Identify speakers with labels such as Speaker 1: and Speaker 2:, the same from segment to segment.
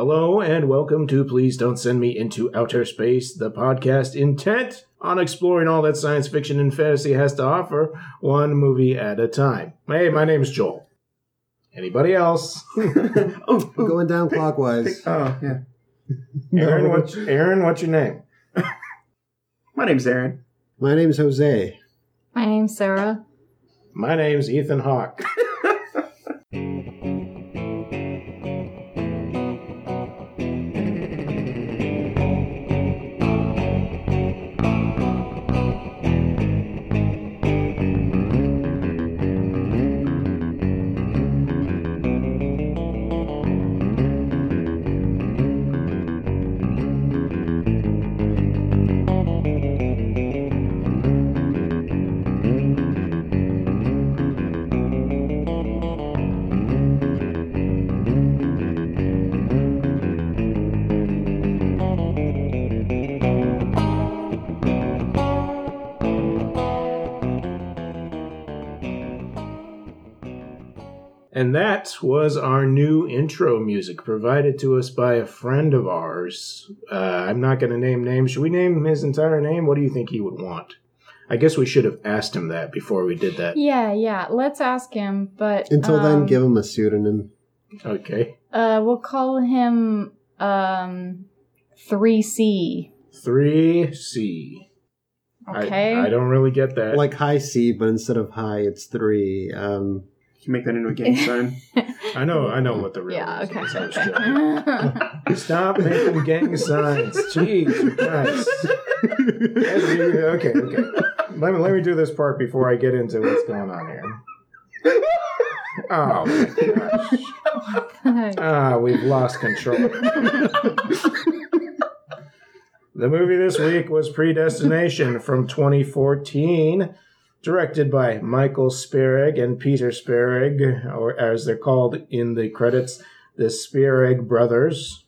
Speaker 1: Hello and welcome to Please Don't Send Me Into Outer Space, the podcast intent on exploring all that science fiction and fantasy has to offer, one movie at a time. Hey, my name's Joel. Anybody else? oh, oh,
Speaker 2: Going down clockwise.
Speaker 1: oh, yeah. Aaron, what's Aaron? What's your name?
Speaker 3: My name's Aaron.
Speaker 2: My name's Jose.
Speaker 4: My name's Sarah.
Speaker 1: My name's Ethan Hawke. And that was our new intro music provided to us by a friend of ours. Uh, I'm not going to name names. Should we name his entire name? What do you think he would want? I guess we should have asked him that before we did that.
Speaker 4: Yeah, yeah. Let's ask him, but
Speaker 2: Until then,
Speaker 4: um,
Speaker 2: give him a pseudonym.
Speaker 1: Okay.
Speaker 4: Uh, we'll call him um, 3C.
Speaker 1: 3C. I-
Speaker 4: Okay.
Speaker 1: I, don't really get that.
Speaker 2: Like high C, but instead of high, it's three. Um,
Speaker 3: You can make that into a game sign.
Speaker 1: I know I know what the real
Speaker 4: yeah.
Speaker 1: reason
Speaker 4: Okay.
Speaker 1: is. I was joking.
Speaker 4: okay.
Speaker 1: Stop making gang signs. Jeez, you guys. okay, okay. Let me, let me do this part before I get into what's going on here. Oh, my gosh. Ah, we've lost control. the movie this week was Predestination from 2014, directed by Michael Spierig and Peter Spierig, or as they're called in the credits, the Spierig brothers.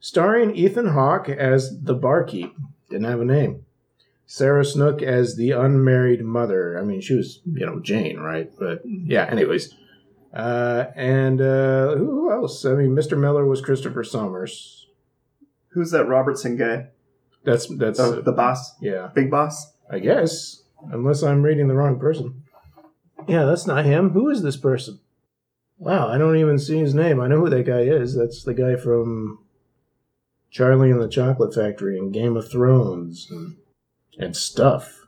Speaker 1: Starring Ethan Hawke as the barkeep, didn't have a name. Sarah Snook as the unmarried mother. I mean, she was, you know, Jane, right? But yeah, anyways. Uh, and uh, who else? I mean, Mr. Miller was Christopher Summers.
Speaker 3: Who's that Robertson guy? Oh,
Speaker 1: That's that's
Speaker 3: The, the boss?
Speaker 1: yeah.
Speaker 3: Big boss?
Speaker 1: I guess unless I'm reading the wrong person. Yeah, that's not him. Who is this person? Wow, I don't even see his name. I know who that guy is. That's the guy from Charlie and the Chocolate Factory and Game of Thrones and, and stuff.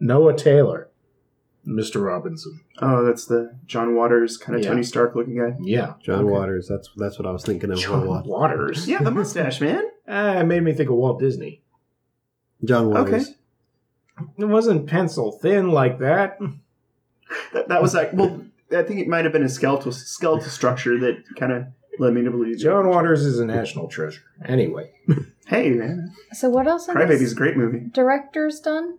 Speaker 1: Noah Taylor, Mr. Robinson.
Speaker 3: Oh, that's the John Waters kind of
Speaker 1: Yeah.
Speaker 3: Tony Stark looking guy.
Speaker 1: Yeah,
Speaker 2: John
Speaker 1: Okay.
Speaker 2: Waters. That's that's what I was thinking of.
Speaker 1: John
Speaker 2: John, Waters.
Speaker 1: Waters.
Speaker 3: Yeah, the mustache, man.
Speaker 1: Ah, it made me think of Walt Disney.
Speaker 2: John Waters.
Speaker 3: Okay.
Speaker 1: It wasn't pencil thin like that.
Speaker 3: That, that was like, well, I think it might have been a skeletal skeletal structure that kind of led me to believe.
Speaker 1: John Waters is a national treasure. Anyway,
Speaker 3: Hey, man.
Speaker 4: so what else? has
Speaker 3: Crybaby's
Speaker 4: this
Speaker 3: a great movie.
Speaker 4: Director's done.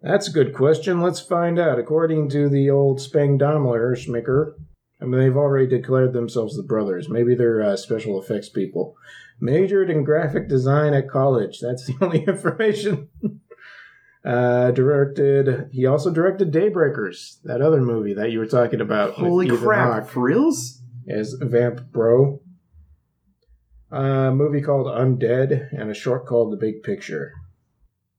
Speaker 1: that's a good question. Let's find out. According to the old Spangdaimler Schmicker, I mean, they've already declared themselves the brothers. Maybe they're uh, special effects people. Majored in graphic design at college. That's the only information. Uh, directed. He also directed Daybreakers, that other movie that you were talking about. with
Speaker 3: Holy
Speaker 1: Uh, Ethan
Speaker 3: crap.
Speaker 1: Hawke.
Speaker 3: For reals?
Speaker 1: as Vamp Bro. Uh, A movie called Undead and a short called The Big Picture.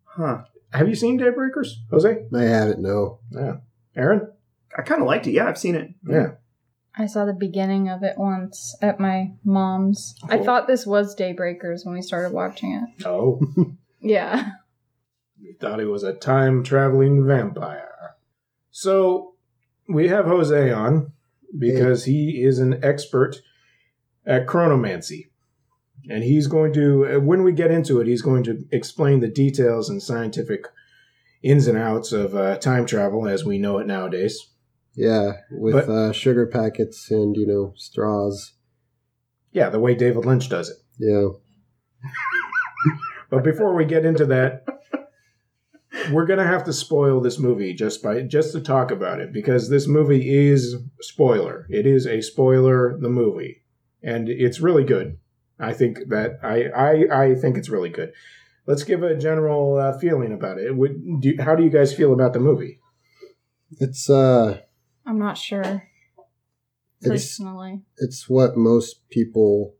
Speaker 3: Huh.
Speaker 1: Have you seen Daybreakers, Jose?
Speaker 2: I haven't. No.
Speaker 1: Aaron?
Speaker 3: I kind of liked it. Yeah, I've seen it.
Speaker 1: Yeah.
Speaker 4: I saw the beginning of it once at my mom's. I
Speaker 1: Cool.
Speaker 4: thought this was Daybreakers when we started watching it.
Speaker 1: Oh,
Speaker 4: Yeah.
Speaker 1: we thought he was a time traveling vampire. So we have Jose on because he is an expert at chronomancy. And he's going to, uh, when we get into it, he's going to explain the details and scientific ins and outs of uh, time travel as we know it nowadays.
Speaker 2: Yeah, with
Speaker 1: But-
Speaker 2: uh, sugar packets and you know straws.
Speaker 1: Yeah, the way David Lynch does it.
Speaker 2: Yeah.
Speaker 1: But before we get into that, we're going to have to spoil this movie just by just to talk about it because this movie is spoiler. It is a spoiler the movie. And it's really good. I think that I I I think it's really good. Let's give a general uh, feeling about it. Would do, how do you guys feel about the movie?
Speaker 2: It's uh,
Speaker 4: I'm not sure
Speaker 2: it's
Speaker 4: personally.
Speaker 2: it's what most people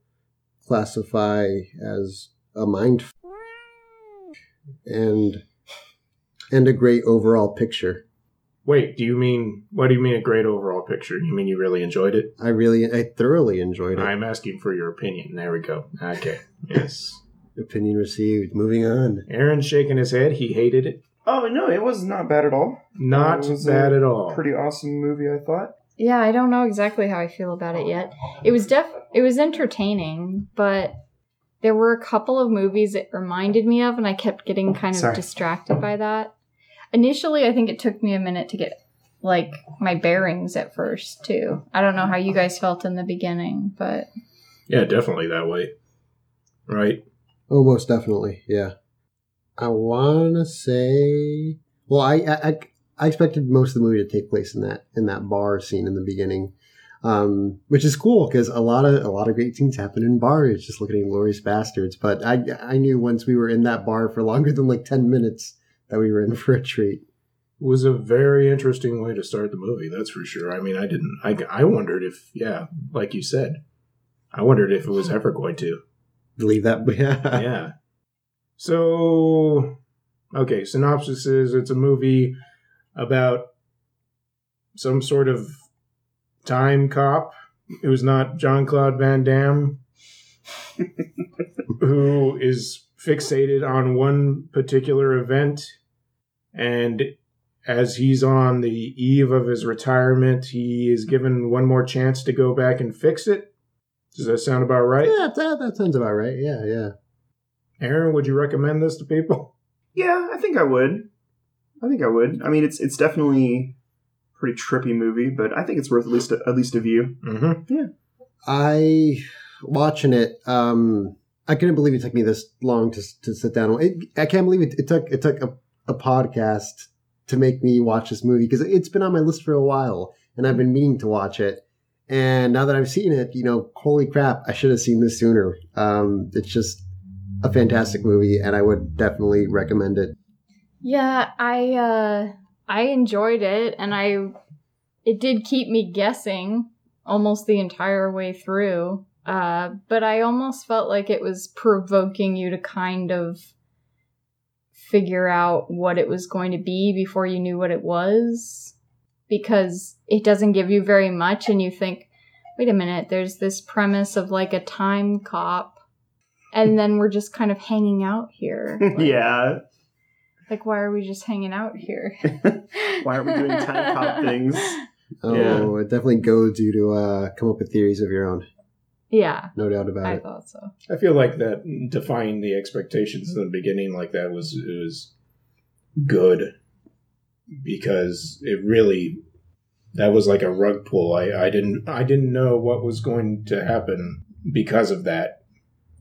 Speaker 2: classify as a mind f- and and a great overall picture.
Speaker 1: Wait, do you mean what do you mean a great overall picture? You mean you really enjoyed it?
Speaker 2: I really, I thoroughly enjoyed it.
Speaker 1: I'm asking for your opinion. There we go. Okay. Yes.
Speaker 2: Opinion received. Moving on.
Speaker 1: Aaron's shaking his head. He hated it.
Speaker 3: Oh no, it was not bad at all.
Speaker 1: Not
Speaker 3: It was a
Speaker 1: bad at all.
Speaker 3: Pretty awesome movie, I thought.
Speaker 4: Yeah, I don't know exactly how I feel about it yet. It was def it was entertaining, but there were a couple of movies it reminded me of and I kept getting kind of
Speaker 3: Sorry.
Speaker 4: distracted by that. Initially, I think it took me a minute to get like my bearings at first, too. I don't know how you guys felt in the beginning, but
Speaker 1: yeah, definitely that way. Right.
Speaker 2: Oh, most definitely. Yeah. I wanna say. Well, I I, I- I expected most of the movie to take place in that in that bar scene in the beginning, um, which is cool because a lot of a lot of great things happen in bars. Just looking at Glorious Bastards, but I I knew once we were in that bar for longer than like ten minutes that we were in for a treat.
Speaker 1: was a very interesting way to start the movie. That's for sure. I mean, I didn't. I, I wondered if, yeah, like you said, I wondered if it was ever going to.
Speaker 2: Leave that. Yeah.
Speaker 1: Yeah. So, okay. Synopsis is it's a movie about some sort of time cop It was not John Claude Van Damme, who is fixated on one particular event. And as he's on the eve of his retirement, he is given one more chance to go back and fix it. Does that sound about right?
Speaker 2: Yeah, that, that sounds about right. Yeah, yeah.
Speaker 1: Aaron, would you recommend this to people?
Speaker 3: Yeah, I think I would. I think I would. I mean, it's it's definitely a pretty trippy movie, but I think it's worth at least a, at least a view.
Speaker 1: Mm-hmm.
Speaker 2: I watching it. Um, I couldn't believe it took me this long to to sit down. It, I can't believe it, it took it took a, a podcast to make me watch this movie because it's been on my list for a while, and I've been meaning to watch it. And now that I've seen it, you know, holy crap! I should have seen this sooner. Um, it's just a fantastic movie, and I would definitely recommend it.
Speaker 4: yeah, I uh I enjoyed it and I it did keep me guessing almost the entire way through. Uh, but I almost felt like it was provoking you to kind of figure out what it was going to be before you knew what it was because it doesn't give you very much and you think wait a minute there's this premise of like a time cop and then we're just kind of hanging out here Like-
Speaker 3: yeah.
Speaker 4: like why are we just hanging out here
Speaker 3: Why are we doing time cop things?
Speaker 2: Oh,
Speaker 3: Yeah.
Speaker 2: it definitely goads you to uh, come up with theories of your own.
Speaker 4: yeah
Speaker 2: No doubt about
Speaker 4: i
Speaker 2: it.
Speaker 4: thought so
Speaker 1: I feel like that defying the expectations in the beginning like that was it was good because it really that was like a rug pull. I, I didn't I didn't know what was going to happen because of that.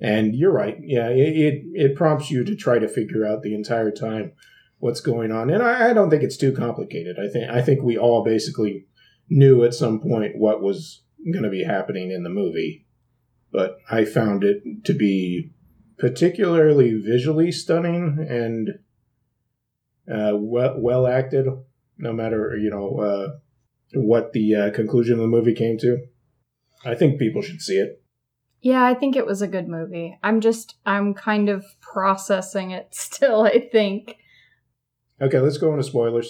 Speaker 1: And you're right. Yeah, it, it it prompts you to try to figure out the entire time what's going on. And I, I don't think it's too complicated. I think I think we all basically knew at some point what was going to be happening in the movie but I found it to be particularly visually stunning and uh, well, well acted. No matter you know uh, what the uh, conclusion of the movie came to, I think people should see it.
Speaker 4: yeah i think it was a good movie i'm just i'm kind of processing it still i think
Speaker 1: Okay, let's go into spoilers.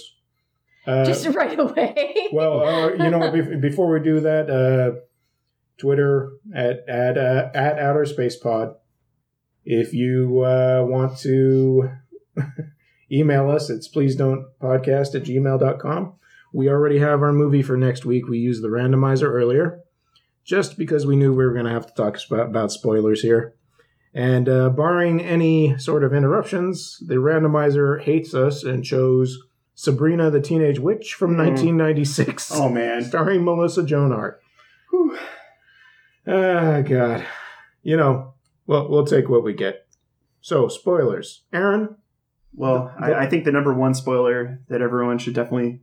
Speaker 1: Uh,
Speaker 4: just right away
Speaker 1: well, uh, you know, bef- before we do that, uh, Twitter at at uh, at Outer Space Pod. If you uh, want to email us, it's please don't podcast at gmail.com. We already have our movie for next week. We used the randomizer earlier just because we knew we were going to have to talk sp- about spoilers here. And uh, barring any sort of interruptions, the randomizer hates us and chose Sabrina the Teenage Witch from
Speaker 3: Mm.
Speaker 1: 1996
Speaker 3: Oh man.
Speaker 1: starring Melissa Joan Hart.
Speaker 3: Whew.
Speaker 1: Ah, God. You know, well, we'll take what we get. So, spoilers. Aaron,
Speaker 3: Well,
Speaker 1: The-
Speaker 3: I, I think the number one spoiler that everyone should definitely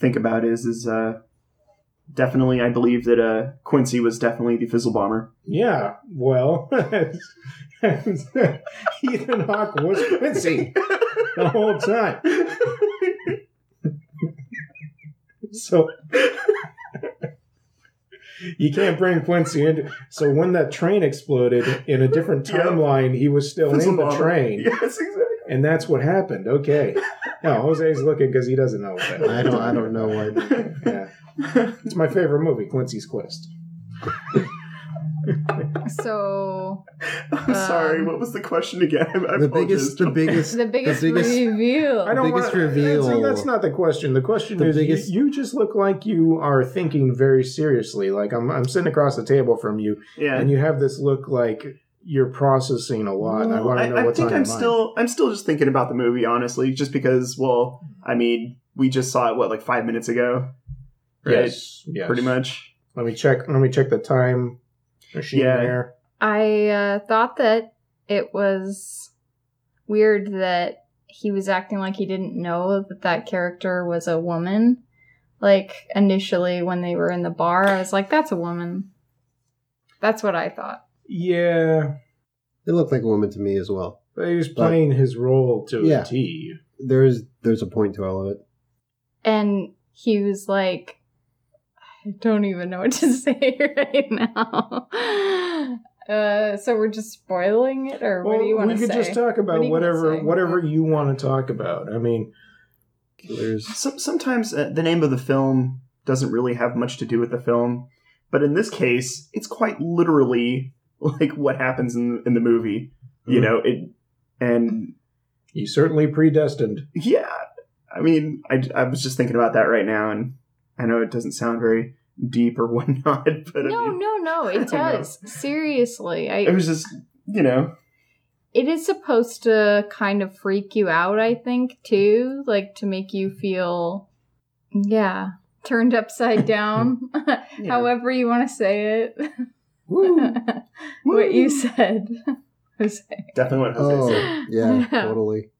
Speaker 3: think about is is uh, definitely I believe that uh, Quincy was definitely the Fizzle Bomber.
Speaker 1: yeah, well, Ethan Hawke was Quincy the whole time. So, You can't bring Quincy in. So when that train exploded in a different
Speaker 3: Yeah.
Speaker 1: timeline, he was still in the train,
Speaker 3: Yes, exactly.
Speaker 1: and that's what happened. Okay. No, Jose's looking because he doesn't know. What that
Speaker 2: I don't. I don't know what.
Speaker 1: Yeah. It's my favorite movie, Quincy's Quest.
Speaker 4: So
Speaker 3: I'm sorry.
Speaker 4: Um,
Speaker 3: What was the question again? I
Speaker 2: The
Speaker 3: apologize.
Speaker 2: biggest. The biggest.
Speaker 4: the biggest,
Speaker 2: biggest-
Speaker 4: reveal.
Speaker 1: I don't
Speaker 2: biggest
Speaker 1: wanna-
Speaker 2: reveal.
Speaker 1: That's, that's not the question. The question
Speaker 2: The
Speaker 1: is, you-
Speaker 2: biggest-
Speaker 1: you, just look like you are thinking very seriously. Like I'm, I'm sitting across the table from you,
Speaker 3: Yeah.
Speaker 1: and you have this look like you're processing a lot. and I
Speaker 3: Well,
Speaker 1: want to know
Speaker 3: I
Speaker 1: what's
Speaker 3: think
Speaker 1: on
Speaker 3: I'm
Speaker 1: your mind.
Speaker 3: still I'm still just thinking about the movie, honestly, just because. Well, I mean, we just saw it what like five minutes ago, right?
Speaker 1: Yes, yes.
Speaker 3: Pretty much.
Speaker 1: Let me check. Let me check the time machine
Speaker 3: Yeah.
Speaker 1: there.
Speaker 4: I uh, thought that it was weird that he was acting like he didn't know that that character was a woman. Like initially when they were in the bar, I was like, "That's a woman." That's what I thought.
Speaker 1: Yeah,
Speaker 2: It looked like a woman to me as well.
Speaker 1: but he was playing his role to
Speaker 2: Yeah.
Speaker 1: a T.
Speaker 2: There's there's a point to all of it.
Speaker 4: And he was like, "I don't even know what to say right now." Uh, so we're just spoiling it, or what do you want
Speaker 1: we
Speaker 4: to
Speaker 1: could
Speaker 4: say?
Speaker 1: just talk
Speaker 4: What
Speaker 1: about
Speaker 4: do you wanna
Speaker 1: whatever
Speaker 4: say?
Speaker 1: whatever you want to talk about. I mean,
Speaker 2: There's
Speaker 3: So, sometimes uh, the name of the film doesn't really have much to do with the film, but in this case, it's quite literally like what happens in in the movie. You
Speaker 1: Mhm.
Speaker 3: know it, and
Speaker 1: you certainly predestined.
Speaker 3: yeah, I mean, I I was just thinking about that right now, and I know it doesn't sound very deep or whatnot, but I
Speaker 4: no,
Speaker 3: mean,
Speaker 4: no, no,
Speaker 3: I
Speaker 4: it
Speaker 3: don't know.
Speaker 4: does. Seriously, I
Speaker 3: it was just you know
Speaker 4: it is supposed to kind of freak you out, I think, too, like to make you feel, yeah, turned upside down,
Speaker 3: Yeah.
Speaker 4: however you want to say it.
Speaker 1: Woo.
Speaker 4: what you
Speaker 3: Woo.
Speaker 4: said.
Speaker 3: definitely what Jose
Speaker 2: oh
Speaker 3: said.
Speaker 2: yeah
Speaker 4: Yeah.
Speaker 2: totally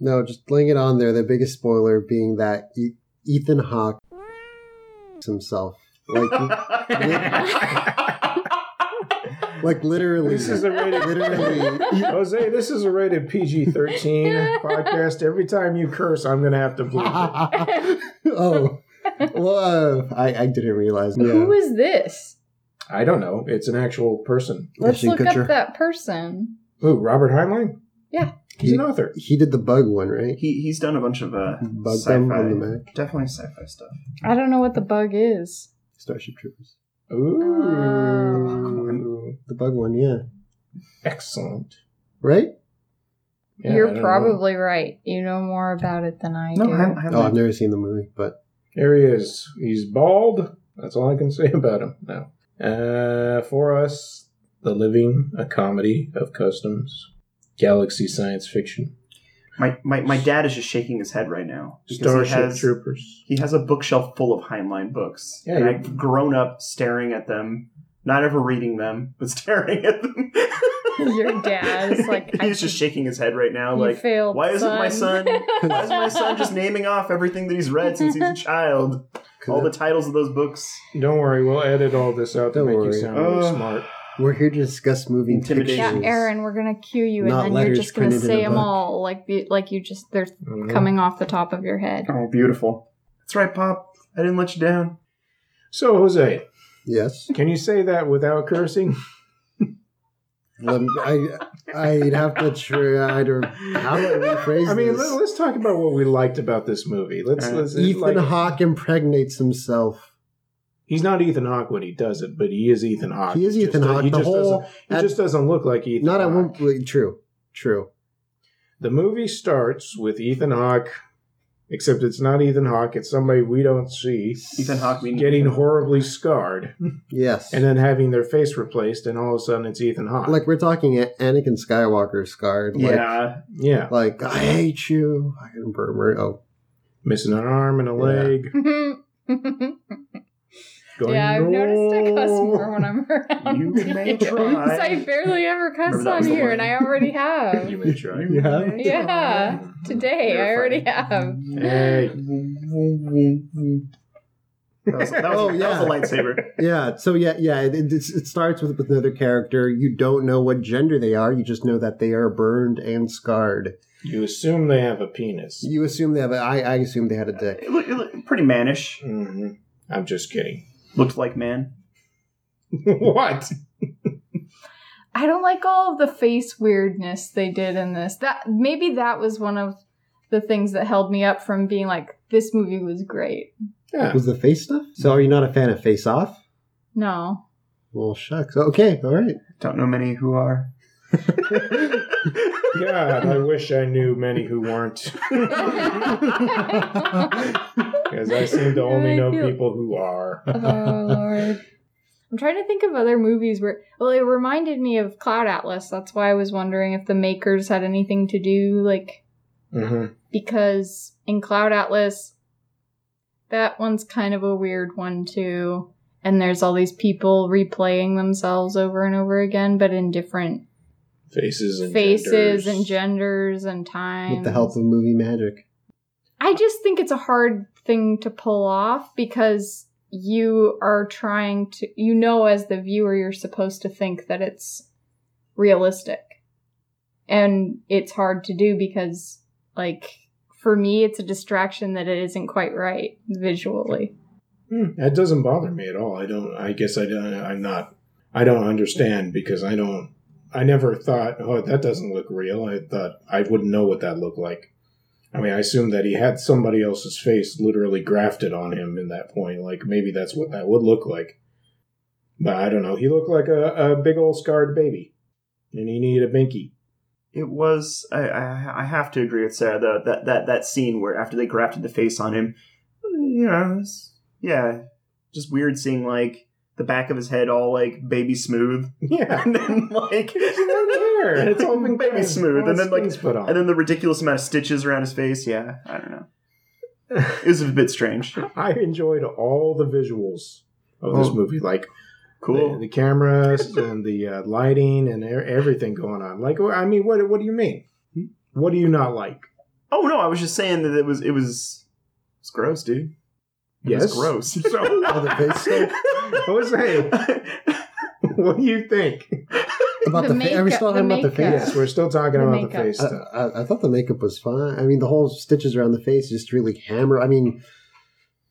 Speaker 2: no just laying it on there. The biggest spoiler being that E- Ethan Hawke himself like like literally
Speaker 1: Oh, This is a rated
Speaker 2: literally
Speaker 1: Jose. This is a rated PG thirteen podcast. Every time you curse, I'm gonna have to bleep it.
Speaker 2: oh well uh, I I didn't realize
Speaker 4: Who
Speaker 2: yeah
Speaker 4: is this?
Speaker 1: I don't know. It's an actual person.
Speaker 4: Let's
Speaker 2: Ashton
Speaker 4: look
Speaker 2: Kutcher.
Speaker 4: up that person.
Speaker 1: Who? Robert Heinlein.
Speaker 4: Yeah.
Speaker 1: he's an author.
Speaker 2: he did the bug one right
Speaker 3: he he's done a bunch of uh,
Speaker 2: bug them
Speaker 3: sci-fi,
Speaker 2: on the Mac
Speaker 3: definitely sci-fi stuff.
Speaker 4: I don't know what the bug is.
Speaker 2: Starship Troopers
Speaker 4: Uh,
Speaker 1: Ooh,
Speaker 2: the bug one yeah
Speaker 1: excellent.
Speaker 2: right
Speaker 1: Yeah, I
Speaker 4: You're
Speaker 1: don't
Speaker 4: probably right. You know more about it than I do.
Speaker 3: No, I, I
Speaker 2: oh I've
Speaker 3: like,
Speaker 2: never seen the movie but
Speaker 1: know. There he is. He's bald. That's all I can say about him now. Uh, for us, the living a comedy of customs, galaxy science fiction,
Speaker 3: my, my my dad is just shaking his head right now because he
Speaker 1: Starship
Speaker 3: has
Speaker 1: Troopers.
Speaker 3: he has a bookshelf full of Heinlein books,
Speaker 1: Yeah,
Speaker 3: and
Speaker 1: you-
Speaker 3: I've grown up staring at them, not ever reading them, but staring at them.
Speaker 4: Your dad is like, I
Speaker 3: he's just shaking his head right now,
Speaker 4: You
Speaker 3: like
Speaker 4: failed,
Speaker 3: why isn't my son? Why is my son just naming off everything that he's read since he's a child? All the titles of those books.
Speaker 1: Don't worry, we'll edit all this out to
Speaker 2: Don't
Speaker 1: make you
Speaker 2: worry. Uh,
Speaker 1: sound really
Speaker 3: Ugh.
Speaker 1: smart.
Speaker 2: we're here to discuss moving
Speaker 3: Intimidation.
Speaker 4: Yeah,
Speaker 2: pictures.
Speaker 4: Aaron, we're gonna cue you,
Speaker 2: Not
Speaker 4: and then you're
Speaker 2: letters
Speaker 4: just gonna
Speaker 2: printed in a
Speaker 4: say them
Speaker 2: book.
Speaker 4: all like the, like you just they're
Speaker 1: Mhm.
Speaker 4: coming off the top of your head.
Speaker 3: Oh, beautiful. That's right, Pop. I didn't let you down.
Speaker 1: So, Jose,
Speaker 2: Yes.
Speaker 1: can you say that without cursing?
Speaker 2: Let me- I I'd have to try to how do I rephrase
Speaker 1: I mean,
Speaker 2: this? Uh,
Speaker 1: let, let's talk about what we liked about this movie. Let's,
Speaker 3: All right.
Speaker 1: let's it's
Speaker 2: Ethan
Speaker 1: like,
Speaker 2: Hawke impregnates himself.
Speaker 1: he's not Ethan Hawke when he does it, but he is Ethan Hawke.
Speaker 2: He is
Speaker 1: Just
Speaker 2: Ethan
Speaker 1: do-
Speaker 2: Hawke.
Speaker 1: He
Speaker 2: The
Speaker 1: just
Speaker 2: whole
Speaker 1: doesn't. He just doesn't look like Ethan.
Speaker 2: not at
Speaker 1: Hawke.
Speaker 2: one wait, true, true.
Speaker 1: The movie starts with Ethan Hawke, except it's not Ethan Hawke. It's somebody we don't see
Speaker 3: Ethan Hawke meaning
Speaker 1: getting horribly scarred,
Speaker 2: Yes,
Speaker 1: and then having their face replaced, and all of a sudden it's Ethan Hawke.
Speaker 2: like we're talking A- Anakin Skywalker scarred. Like,
Speaker 3: Yeah,
Speaker 1: yeah. like
Speaker 2: like I hate you. Fucking murmur. Oh,
Speaker 1: missing an arm and a leg. Going,
Speaker 4: yeah, I've noticed I cuss
Speaker 1: "No."
Speaker 4: more when I'm around
Speaker 3: You may
Speaker 4: you. 'Cause I
Speaker 3: try.
Speaker 4: barely ever cuss
Speaker 3: Remember that
Speaker 4: on
Speaker 3: was the
Speaker 4: here,
Speaker 3: one.
Speaker 4: and I already have.
Speaker 1: You may try.
Speaker 2: You have?
Speaker 3: may
Speaker 4: Yeah,
Speaker 3: try.
Speaker 4: today I already have.
Speaker 1: Hey.
Speaker 3: That was, that was,
Speaker 2: Oh,
Speaker 3: that was a lightsaber.
Speaker 2: yeah. So yeah, yeah. It, it, it starts with, with another character. You don't know what gender they are. You just know that they are burned and scarred.
Speaker 1: You assume they have a penis.
Speaker 2: You assume they have. A, I I assume they had a dick.
Speaker 3: It looked, it looked pretty mannish.
Speaker 1: hmm Mm-hmm. I'm just kidding.
Speaker 3: Looked like man.
Speaker 1: what?
Speaker 4: I don't like all of the face weirdness they did in this. That maybe that was one of the things that held me up from being like, this movie was great.
Speaker 1: Yeah.
Speaker 2: Was the face stuff? So are you not a fan of Face Off?
Speaker 4: No.
Speaker 2: Well, shucks. Okay, all right.
Speaker 3: Don't know many who are.
Speaker 1: God, I wish I knew many who weren't, because I seem to only know people who are.
Speaker 4: oh lord. I'm trying to think of other movies where well it reminded me of Cloud Atlas. That's why I was wondering if the makers had anything to do like
Speaker 1: hmm
Speaker 4: because in Cloud Atlas that one's kind of a weird one too and there's all these people replaying themselves over and over again but in different
Speaker 1: Faces and
Speaker 4: faces
Speaker 1: genders.
Speaker 4: and genders and time.
Speaker 2: With the help of movie magic.
Speaker 4: I just think it's a hard thing to pull off because you are trying to, you know, as the viewer, you're supposed to think that it's realistic. And it's hard to do because, like, for me, it's a distraction that it isn't quite right visually.
Speaker 1: Hmm, that doesn't bother me at all. I don't. I guess I don't. I'm not. I don't understand because I don't. I never thought, oh, that doesn't look real. I thought I wouldn't know what that looked like. I mean, I assumed that he had somebody else's face literally grafted on him in that point. Like maybe that's what that would look like. But I don't know. He looked like a, a big old scarred baby, and he needed a binky.
Speaker 3: It was. I, I, I have to agree with Sarah. though that that that scene where after they grafted the face on him, you know, it was- yeah, just weird seeing like the back of his head all like baby smooth,
Speaker 1: Yeah,
Speaker 3: and then like
Speaker 1: no hair. It's all been
Speaker 3: baby smooth, and then like
Speaker 1: put on.
Speaker 3: and then the ridiculous amount of stitches around his face. Yeah, I don't know. It was a bit strange.
Speaker 1: I enjoyed all the visuals of this
Speaker 3: Oh.
Speaker 1: movie. Like the,
Speaker 3: Cool.
Speaker 1: the cameras and the uh, lighting and e- everything going on. Like, I mean, what what do you mean? What do you not like?
Speaker 3: Oh no, I was just saying that it was it was it's gross, dude. It was
Speaker 1: Yes,
Speaker 3: gross.
Speaker 1: So-
Speaker 2: Oh, the face stuff?
Speaker 1: I was saying, what do you think?
Speaker 2: About
Speaker 4: The
Speaker 2: the, face. Are we
Speaker 4: makeup-
Speaker 2: still
Speaker 4: the
Speaker 2: talking about the
Speaker 4: makeup.
Speaker 2: face?
Speaker 1: Yes, we're still talking
Speaker 4: The
Speaker 1: about
Speaker 4: makeup.
Speaker 1: the face
Speaker 2: I,
Speaker 3: Uh,
Speaker 1: stuff.
Speaker 2: I, I thought the makeup was fine. I mean, the whole stitches around the face just really hammer. I mean,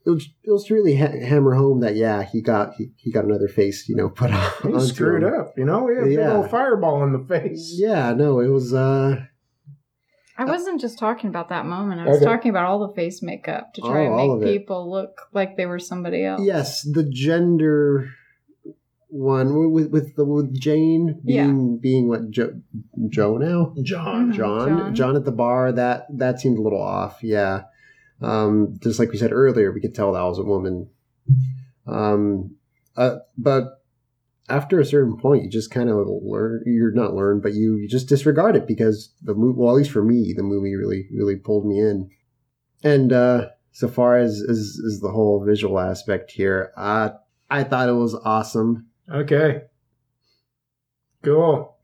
Speaker 2: it was, it was really ha- hammer home that yeah, he got he, he got another face, you know, put
Speaker 3: uh,
Speaker 2: on.
Speaker 1: He
Speaker 2: onto
Speaker 1: screwed
Speaker 2: him.
Speaker 1: up, you know. He had a big
Speaker 2: Yeah.
Speaker 1: old fireball in the face.
Speaker 2: Yeah, no, it was. uh
Speaker 4: I wasn't just talking about that moment. I was
Speaker 1: Okay.
Speaker 4: talking about all the face makeup to try
Speaker 2: Oh, all
Speaker 4: and
Speaker 2: of
Speaker 4: make
Speaker 2: it.
Speaker 4: people look like they were somebody else.
Speaker 2: Yes, the gender one with with the with Jane being being what Joe Joe now
Speaker 1: John.
Speaker 4: Mhm.
Speaker 2: John,
Speaker 4: John.
Speaker 2: John at the bar that that seemed a little off. Yeah, um, just like we said earlier, we could tell that was a woman. Um, uh, but after a certain point, you just kind of learn. You're not learn, but you, you just disregard it because the movie. Well, at least for me, the movie really really pulled me in. And uh, so far as as, as the whole visual aspect here, uh, I thought it was awesome.
Speaker 1: Okay. Cool.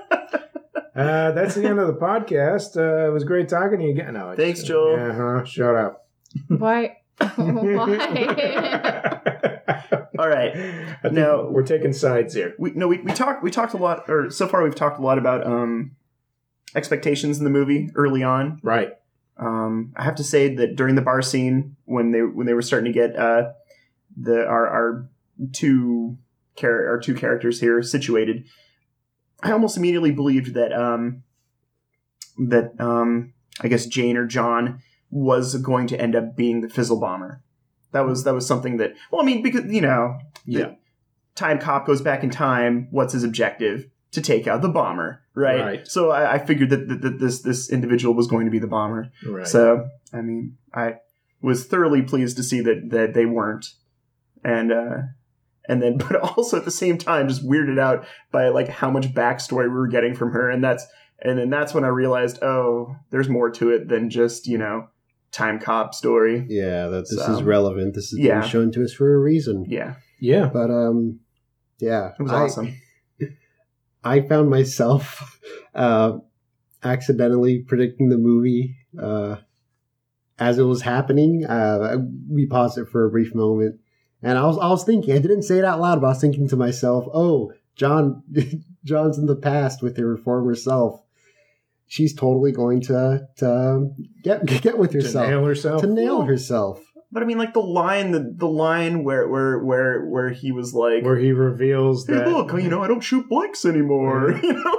Speaker 1: Uh, that's the end of the podcast. Uh, it was great talking to you again. No, I
Speaker 3: Thanks,
Speaker 1: just-
Speaker 3: Joel.
Speaker 1: Uh-huh. Shut up.
Speaker 4: Why? Why?
Speaker 3: All right.
Speaker 1: I think
Speaker 3: Now-
Speaker 1: we're taking sides here.
Speaker 3: we no we, we talked we talked a lot or so far we've talked a lot about um expectations in the movie early on
Speaker 1: Right.
Speaker 3: um i have to say that during the bar scene when they when they were starting to get uh the our our two char- our two characters here situated i almost immediately believed that um that um i guess jane or john was going to end up being the fizzle bomber that was that was something that well i mean because you know
Speaker 1: Yeah.
Speaker 3: time cop goes back in time what's his objective to take out the bomber right,
Speaker 1: Right.
Speaker 3: so I, I figured that, that, that this this individual was going to be the bomber
Speaker 1: Right.
Speaker 3: so i mean i was thoroughly pleased to see that that they weren't and uh and then but also at the same time just weirded out by like how much backstory we were getting from her and that's and then that's when i realized oh there's more to it than just you know time cop story
Speaker 2: Yeah, that this
Speaker 3: So-
Speaker 2: is relevant. This is
Speaker 3: Yeah.
Speaker 2: being shown to us for a reason.
Speaker 3: yeah
Speaker 1: yeah.
Speaker 2: But um, yeah,
Speaker 3: it was
Speaker 2: I-
Speaker 3: awesome
Speaker 2: I found myself uh, accidentally predicting the movie uh, as it was happening. Uh, we paused it for a brief moment, and I was I was thinking. I didn't say it out loud, but I was thinking to myself, "Oh, John, John's in the past with her former self. She's totally going to to get get with
Speaker 1: To
Speaker 2: herself
Speaker 1: nail herself.
Speaker 2: to nail herself."
Speaker 3: But I mean, like the line, the, the line where where where where he was like,
Speaker 1: where he reveals
Speaker 3: "Hey,
Speaker 1: that
Speaker 3: look, you know, I don't shoot blanks
Speaker 1: Yeah.
Speaker 3: anymore." You know,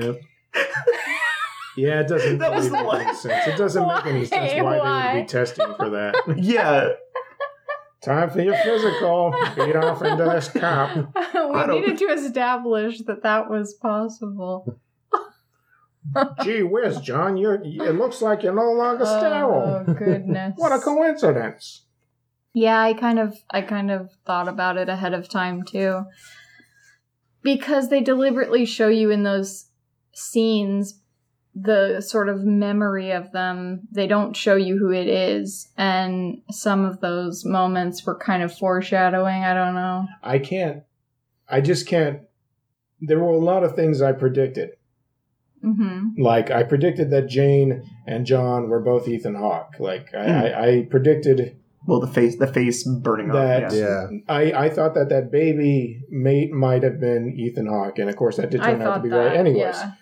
Speaker 1: Yep. Yeah, it doesn't
Speaker 3: That was
Speaker 1: really
Speaker 3: the
Speaker 1: make any sense. It doesn't make any sense
Speaker 4: Why?
Speaker 1: why, they
Speaker 4: Why?
Speaker 1: would be testing for that.
Speaker 3: yeah.
Speaker 1: Time for your physical. Beat off into this cop.
Speaker 3: I
Speaker 4: we
Speaker 3: don't-
Speaker 4: needed to establish that that was possible.
Speaker 1: Gee whiz, John, you're. It looks like you're no longer sterile.
Speaker 4: Oh goodness!
Speaker 1: What a coincidence!
Speaker 4: Yeah, I kind of I kind of thought about it ahead of time too. Because they deliberately show you in those scenes the sort of memory of them. They don't show you who it is and some of those moments were kind of foreshadowing, I don't know.
Speaker 1: I can't. I just can't. There were a lot of things I predicted.
Speaker 4: Mhm.
Speaker 1: like I predicted that Jane and John were both Ethan Hawke. Like I, I, I predicted,
Speaker 3: Well, the face, the face burning
Speaker 1: That-
Speaker 3: off. Yeah.
Speaker 2: Yeah.
Speaker 1: I, I thought that that baby mate might have been Ethan Hawke, and of course that did
Speaker 4: I
Speaker 1: turn out to
Speaker 4: thought
Speaker 1: be
Speaker 4: that.
Speaker 1: right. Anyways,
Speaker 4: yeah.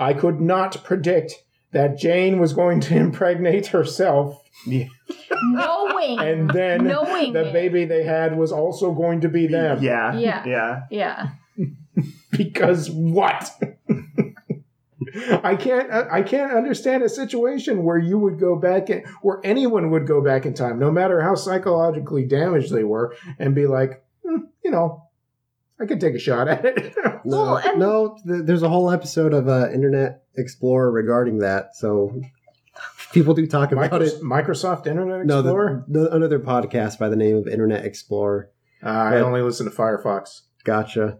Speaker 1: I could not predict that Jane was going to impregnate herself,
Speaker 4: knowing
Speaker 1: and then
Speaker 4: knowing
Speaker 1: the
Speaker 4: it.
Speaker 1: baby they had was also going to be them.
Speaker 3: Yeah.
Speaker 4: Yeah.
Speaker 3: Yeah.
Speaker 4: Yeah.
Speaker 1: Because what? I can't. uh, I can't understand a situation where you would go back and where anyone would go back in time, no matter how psychologically damaged they were, and be like, "Hmm, you know, I could take a shot at it.
Speaker 2: No,
Speaker 4: Well, and-
Speaker 2: no th- there's a whole episode of uh, Internet Explorer regarding that. So people do talk about
Speaker 1: Micro-
Speaker 2: it.
Speaker 1: Microsoft Internet
Speaker 2: No,
Speaker 1: Explorer.
Speaker 2: the, the, another podcast by the name of Internet Explorer.
Speaker 1: uh, I
Speaker 2: but-
Speaker 1: only listen to Firefox.
Speaker 2: Gotcha.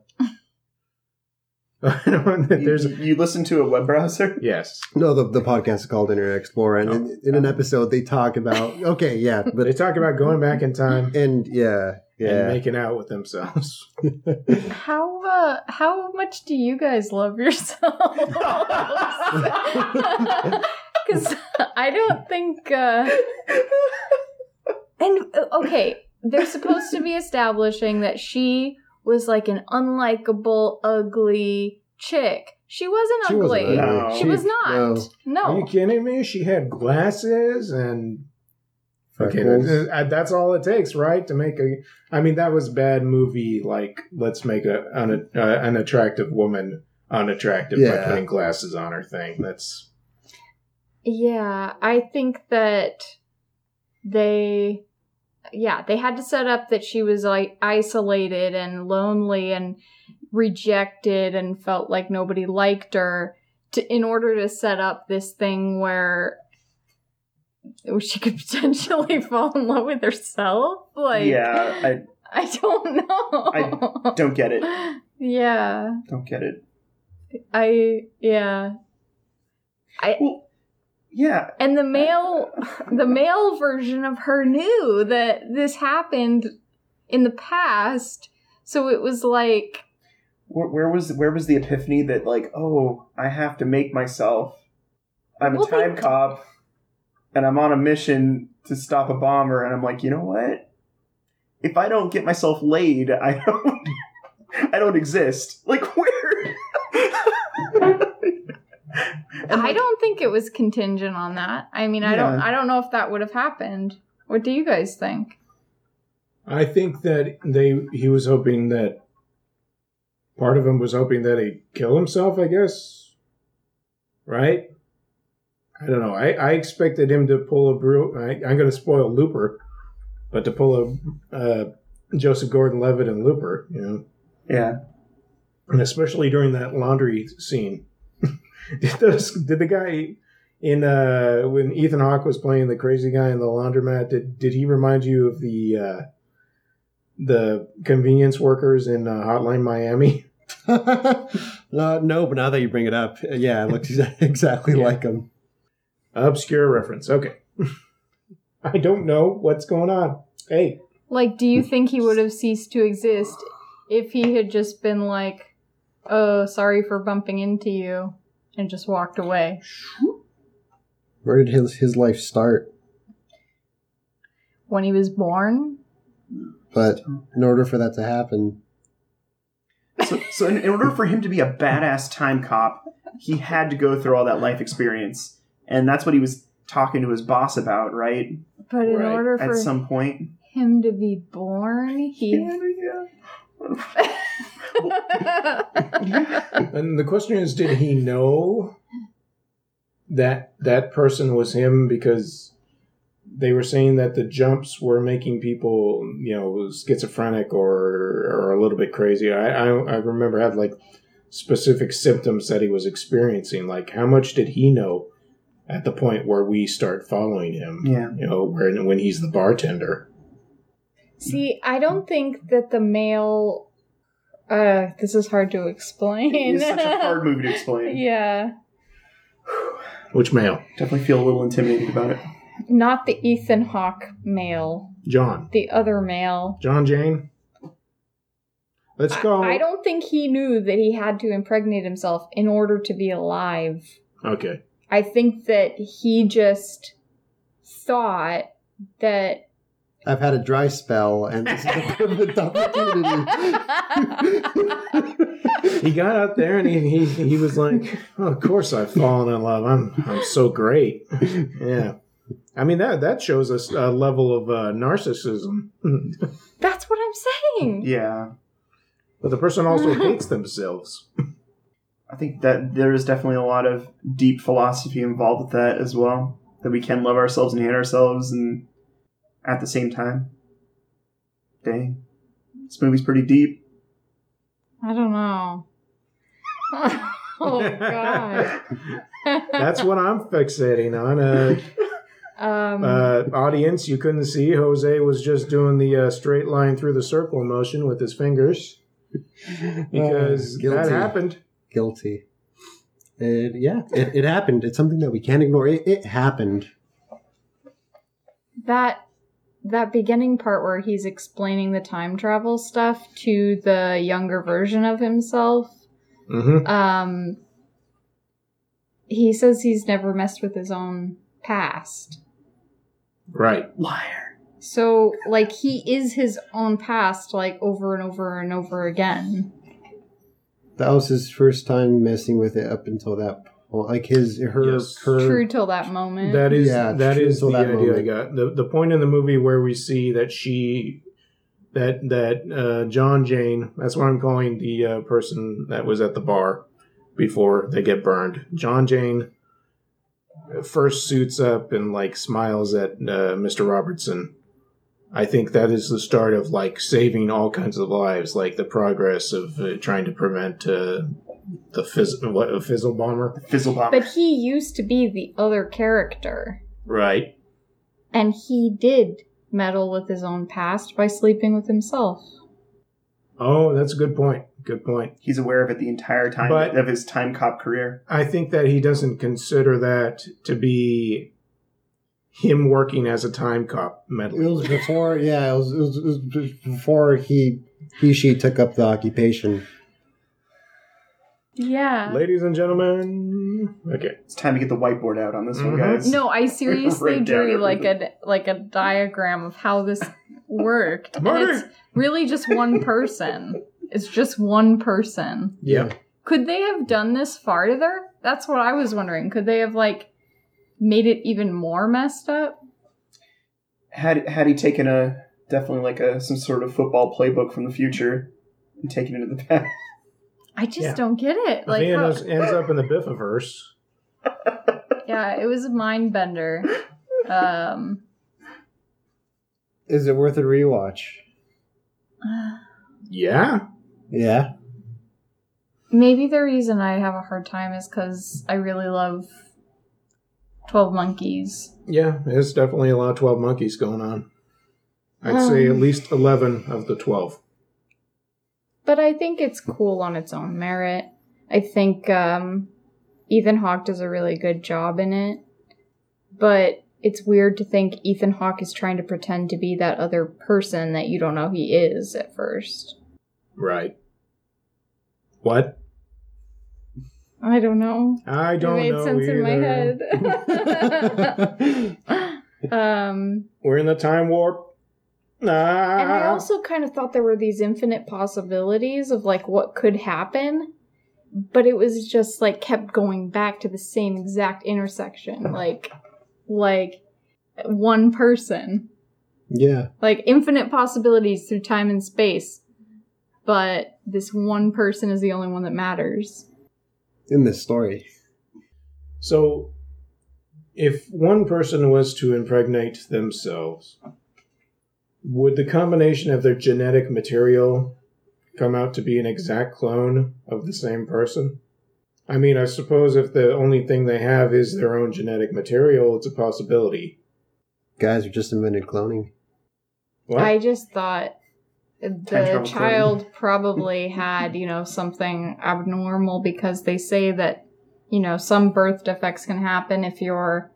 Speaker 1: There's
Speaker 3: you, you listen to a web browser.
Speaker 1: yes,
Speaker 2: No, the, the podcast is called Internet Explorer,
Speaker 1: Oh.
Speaker 2: and in, in an episode they talk about okay, yeah,
Speaker 1: but
Speaker 2: but
Speaker 1: they talk about going back in time
Speaker 2: and yeah,
Speaker 1: and
Speaker 2: yeah.
Speaker 1: making out with themselves.
Speaker 4: How uh, how much do you guys love yourselves? Because I don't think. Uh... And uh, okay, they're supposed to be establishing that she was like an unlikable, ugly chick. She wasn't
Speaker 2: She
Speaker 4: ugly.
Speaker 2: wasn't ugly.
Speaker 3: No.
Speaker 4: She
Speaker 3: She-
Speaker 4: was not.
Speaker 2: no.
Speaker 1: Are you
Speaker 4: No.
Speaker 1: kidding me? She had glasses and Okay,
Speaker 2: Freckles.
Speaker 1: that- uh, that's all it takes, right? To make a, I mean, that was bad movie. Like, let's make a an, uh, an attractive woman unattractive by
Speaker 2: Yeah.
Speaker 1: putting glasses on her thing. That's
Speaker 4: Yeah, I think that they yeah, they had to set up that she was like isolated and lonely and rejected and felt like nobody liked her to in order to set up this thing where she could potentially fall in love with herself. Like
Speaker 3: yeah.
Speaker 4: I don't know.
Speaker 3: I don't get it.
Speaker 4: yeah.
Speaker 3: Don't get it.
Speaker 4: I yeah.
Speaker 3: Well, yeah.
Speaker 4: And the male the male version of her knew that this happened in the past, so it was like
Speaker 3: Where, where was where was the epiphany that like, oh, I have to make myself. I'm a
Speaker 4: Well, they-
Speaker 3: time cop, and I'm on a mission to stop a bomber, and I'm like, you know what? If I don't get myself laid, I don't. I don't exist. Like where? And,
Speaker 4: I
Speaker 3: like,
Speaker 4: don't think it was contingent on that. I mean, I don't
Speaker 3: Yeah.
Speaker 4: I don't know if that would have happened. What do you guys think?
Speaker 1: I think that they he was hoping that part of him was hoping that he'd kill himself. I guess, right? I don't know. I, I expected him to pull a brew. I, I'm going to spoil Looper, but to pull a uh, Joseph Gordon-Levitt and Looper, you know.
Speaker 3: Yeah.
Speaker 1: and especially during that laundry scene. did, those, did the guy in uh, when Ethan Hawke was playing the crazy guy in the laundromat? Did did he remind you of the uh, the convenience workers in uh, Hotline Miami?
Speaker 2: uh, no, but now that you bring it up, uh, yeah, it looks exa- exactly
Speaker 1: Yeah.
Speaker 2: like him.
Speaker 1: Obscure reference. Okay, I don't know what's going on. Hey,
Speaker 4: Like, do you think he would have ceased to exist if he had just been like, "Oh, sorry for bumping into you," and just walked away?
Speaker 2: Where did his his life start?
Speaker 4: When he was born,
Speaker 2: But in order for that to happen,
Speaker 3: So, so in, in order for him to be a badass time cop, he had to go through all that life experience, and that's what he was talking to his boss about, right?
Speaker 4: But in
Speaker 1: Right.
Speaker 4: order for
Speaker 3: at some point.
Speaker 4: him to be born, he.
Speaker 1: And the question is, did he know that that person was him because they were saying that the jumps were making people, you know, schizophrenic or or a little bit crazy. I I, I remember had like specific symptoms that he was experiencing. Like, how much did he know at the point where we start following him?
Speaker 3: Yeah.
Speaker 1: You know, when when he's the bartender.
Speaker 4: See, I don't think that the male. Uh, this is hard to explain.
Speaker 3: It's such a hard movie to explain.
Speaker 4: yeah,
Speaker 1: Which male?
Speaker 3: Definitely feel a little intimidated about it.
Speaker 4: not the Ethan Hawke male,
Speaker 1: John.
Speaker 4: the other male.
Speaker 1: John Jane. Let's
Speaker 4: I-
Speaker 1: go.
Speaker 4: I, don't think he knew that he had to impregnate himself in order to be alive.
Speaker 1: okay.
Speaker 4: I think that he just thought that.
Speaker 2: I've had a dry spell, and this is a perfect opportunity.
Speaker 1: he got out there and he, he, he was like, oh, "Of course, I've fallen in love. I'm I'm so great." Yeah, I mean that that shows us a level of uh, narcissism. but
Speaker 4: That's what I'm saying.
Speaker 3: Yeah.
Speaker 1: the person also hates themselves.
Speaker 3: I think that there is definitely a lot of deep philosophy involved with that as well. That we can love ourselves and hate ourselves and at the same time. Dang. This movie's pretty deep.
Speaker 4: I don't know. oh god.
Speaker 1: That's what I'm fixating on. Uh,
Speaker 4: um,
Speaker 1: uh, audience, you couldn't see Jose was just doing the uh, straight line through the circle motion with his fingers because that
Speaker 2: Oh, Uh, Guilty.
Speaker 1: happened.
Speaker 2: Guilty. And yeah, it, it happened. It's something that we can't ignore. It, it happened.
Speaker 4: that that beginning part where he's explaining the time travel stuff to the younger version of himself.
Speaker 1: hmm
Speaker 4: Um, he says he's never messed with his own past.
Speaker 1: Right.
Speaker 3: Liar.
Speaker 4: So like he is his own past like over and over and over again.
Speaker 2: That was his first time messing with it up until that point. Like his, her,
Speaker 1: Yes.
Speaker 2: her.
Speaker 4: True till that moment.
Speaker 1: That is
Speaker 2: Yeah,
Speaker 1: that
Speaker 2: true
Speaker 1: is the
Speaker 2: till that
Speaker 1: idea I
Speaker 2: moment.
Speaker 1: got. The the point in the movie where we see that she that that uh, John Jane, that's what I'm calling the uh, person that was at the bar before they get burned. John Jane uh, first suits up and like smiles at uh, Mr. Robertson. I think that is the start of like saving all kinds of lives, like the progress of uh, trying to prevent uh, the fizz- what, a fizzle bomber.
Speaker 3: Fizzle bomb.
Speaker 4: but he used to be the other character.
Speaker 1: Right.
Speaker 4: And he did meddle with his own past by sleeping with himself.
Speaker 1: Oh, that's a good point. Good point.
Speaker 3: He's aware of it the entire time
Speaker 1: But-
Speaker 3: of his time cop career.
Speaker 1: I think that he doesn't consider that to be him working as a time cop
Speaker 2: It
Speaker 1: mentally.
Speaker 2: was before. Yeah, it was, it was, it was before he, he, she took up the occupation.
Speaker 4: Yeah.
Speaker 1: Ladies and gentlemen, okay,
Speaker 3: It's time to get the whiteboard out on this one,
Speaker 1: Mhm.
Speaker 3: guys.
Speaker 4: No, I
Speaker 3: Write
Speaker 4: seriously
Speaker 3: down
Speaker 4: drew like a like a diagram of how this worked. And
Speaker 1: Murder!
Speaker 4: it's really just one person. It's just one person.
Speaker 1: yeah,
Speaker 4: Could they have done this farther? That's what I was wondering. Could they have like made it even more messed up?
Speaker 3: Had had he taken a definitely like a some sort of football playbook from the future and taken it to the past.
Speaker 4: I just
Speaker 1: Yeah.
Speaker 4: don't get it.
Speaker 1: I
Speaker 4: Like,
Speaker 1: think it
Speaker 4: how-
Speaker 1: ends- ends up in the Biffaverse.
Speaker 4: yeah, it was a mind bender. Um,
Speaker 2: Is it worth a rewatch?
Speaker 1: Yeah,
Speaker 2: Yeah.
Speaker 4: Maybe the reason I have a hard time is because I really love Twelve Monkeys.
Speaker 1: yeah, there's definitely a lot of Twelve Monkeys going on. I'd say at
Speaker 4: Um.
Speaker 1: least eleven of the twelve.
Speaker 4: But I think it's cool on its own merit. I think um, Ethan Hawke does a really good job in it. But it's weird to think Ethan Hawke is trying to pretend to be that other person that you don't know he is at first.
Speaker 1: Right. What?
Speaker 4: I don't know.
Speaker 1: I
Speaker 4: It
Speaker 1: don't
Speaker 4: made
Speaker 1: know
Speaker 4: sense in
Speaker 1: either.
Speaker 4: my head. um,
Speaker 1: We're in the time warp. Ah.
Speaker 4: And I also kind of thought there were these infinite possibilities of like what could happen, but it was just like kept going back to the same exact intersection. Like, like, one person.
Speaker 2: Yeah.
Speaker 4: Like infinite possibilities through time and space. But this one person is the only one that matters.
Speaker 2: In this story.
Speaker 1: So, if one person was to impregnate themselves, would the combination of their genetic material come out to be an exact clone of the same person? I mean, I suppose if the only thing they have is their own genetic material, it's a possibility.
Speaker 2: Guys are just invented cloning.
Speaker 1: What?
Speaker 4: I just thought the
Speaker 3: travel
Speaker 4: child probably had, you know, something abnormal because they say that, you know, some birth defects can happen if you're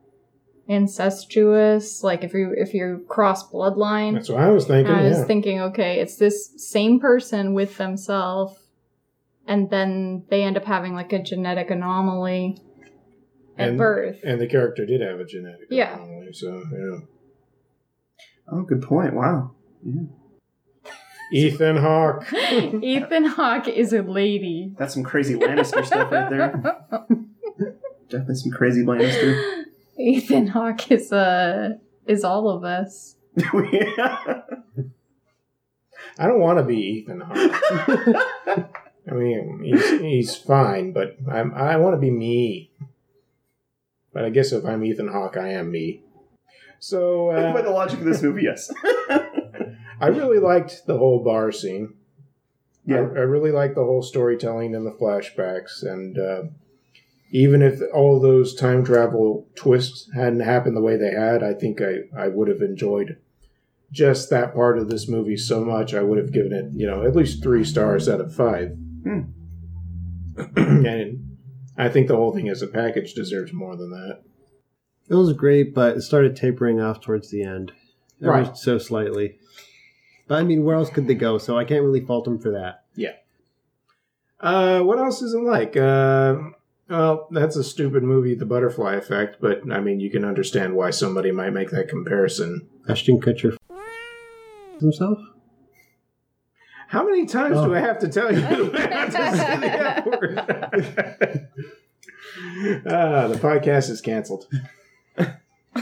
Speaker 4: incestuous, like if you if you cross bloodline.
Speaker 1: That's what I was thinking.
Speaker 4: I was
Speaker 1: yeah.
Speaker 4: thinking, okay, it's this same person with themselves, and then they end up having like a genetic anomaly at
Speaker 1: And-
Speaker 4: birth.
Speaker 1: and the character did have a genetic
Speaker 4: Yeah.
Speaker 1: anomaly, so yeah.
Speaker 3: Oh, good point. Wow.
Speaker 1: Ethan Hawke.
Speaker 4: Ethan Hawke is a lady.
Speaker 3: That's some crazy Lannister stuff right there. Definitely some crazy Lannister.
Speaker 4: Ethan Hawke is uh, is all of us.
Speaker 1: I don't want to be Ethan Hawke. I mean, he's, he's fine, but I'm, I want to be me. But I guess if I'm Ethan Hawke, I am me. So
Speaker 3: By
Speaker 1: uh,
Speaker 3: the logic of this movie, yes.
Speaker 1: I really liked the whole bar scene. I,
Speaker 3: yeah.
Speaker 1: I really liked the whole storytelling and the flashbacks. And uh, even if all those time travel twists hadn't happened the way they had, I think I, I would have enjoyed just that part of this movie so much. I would have given it, you know, at least three stars out of five.
Speaker 3: Hmm.
Speaker 1: and I think the whole thing as a package deserves more than that.
Speaker 2: It was great, but it started tapering off towards the end. Ever
Speaker 1: Right.
Speaker 2: So slightly. But I mean, where else could they go? So I can't really fault them for that.
Speaker 1: Uh, what else is it like? Uh, well, that's a stupid movie, The Butterfly Effect, but I mean, you can understand why somebody might make that comparison.
Speaker 2: Ashton Kutcher f- himself?
Speaker 1: How many times
Speaker 2: Oh.
Speaker 1: do I have to tell you not to say the F word? Ah, the podcast is canceled.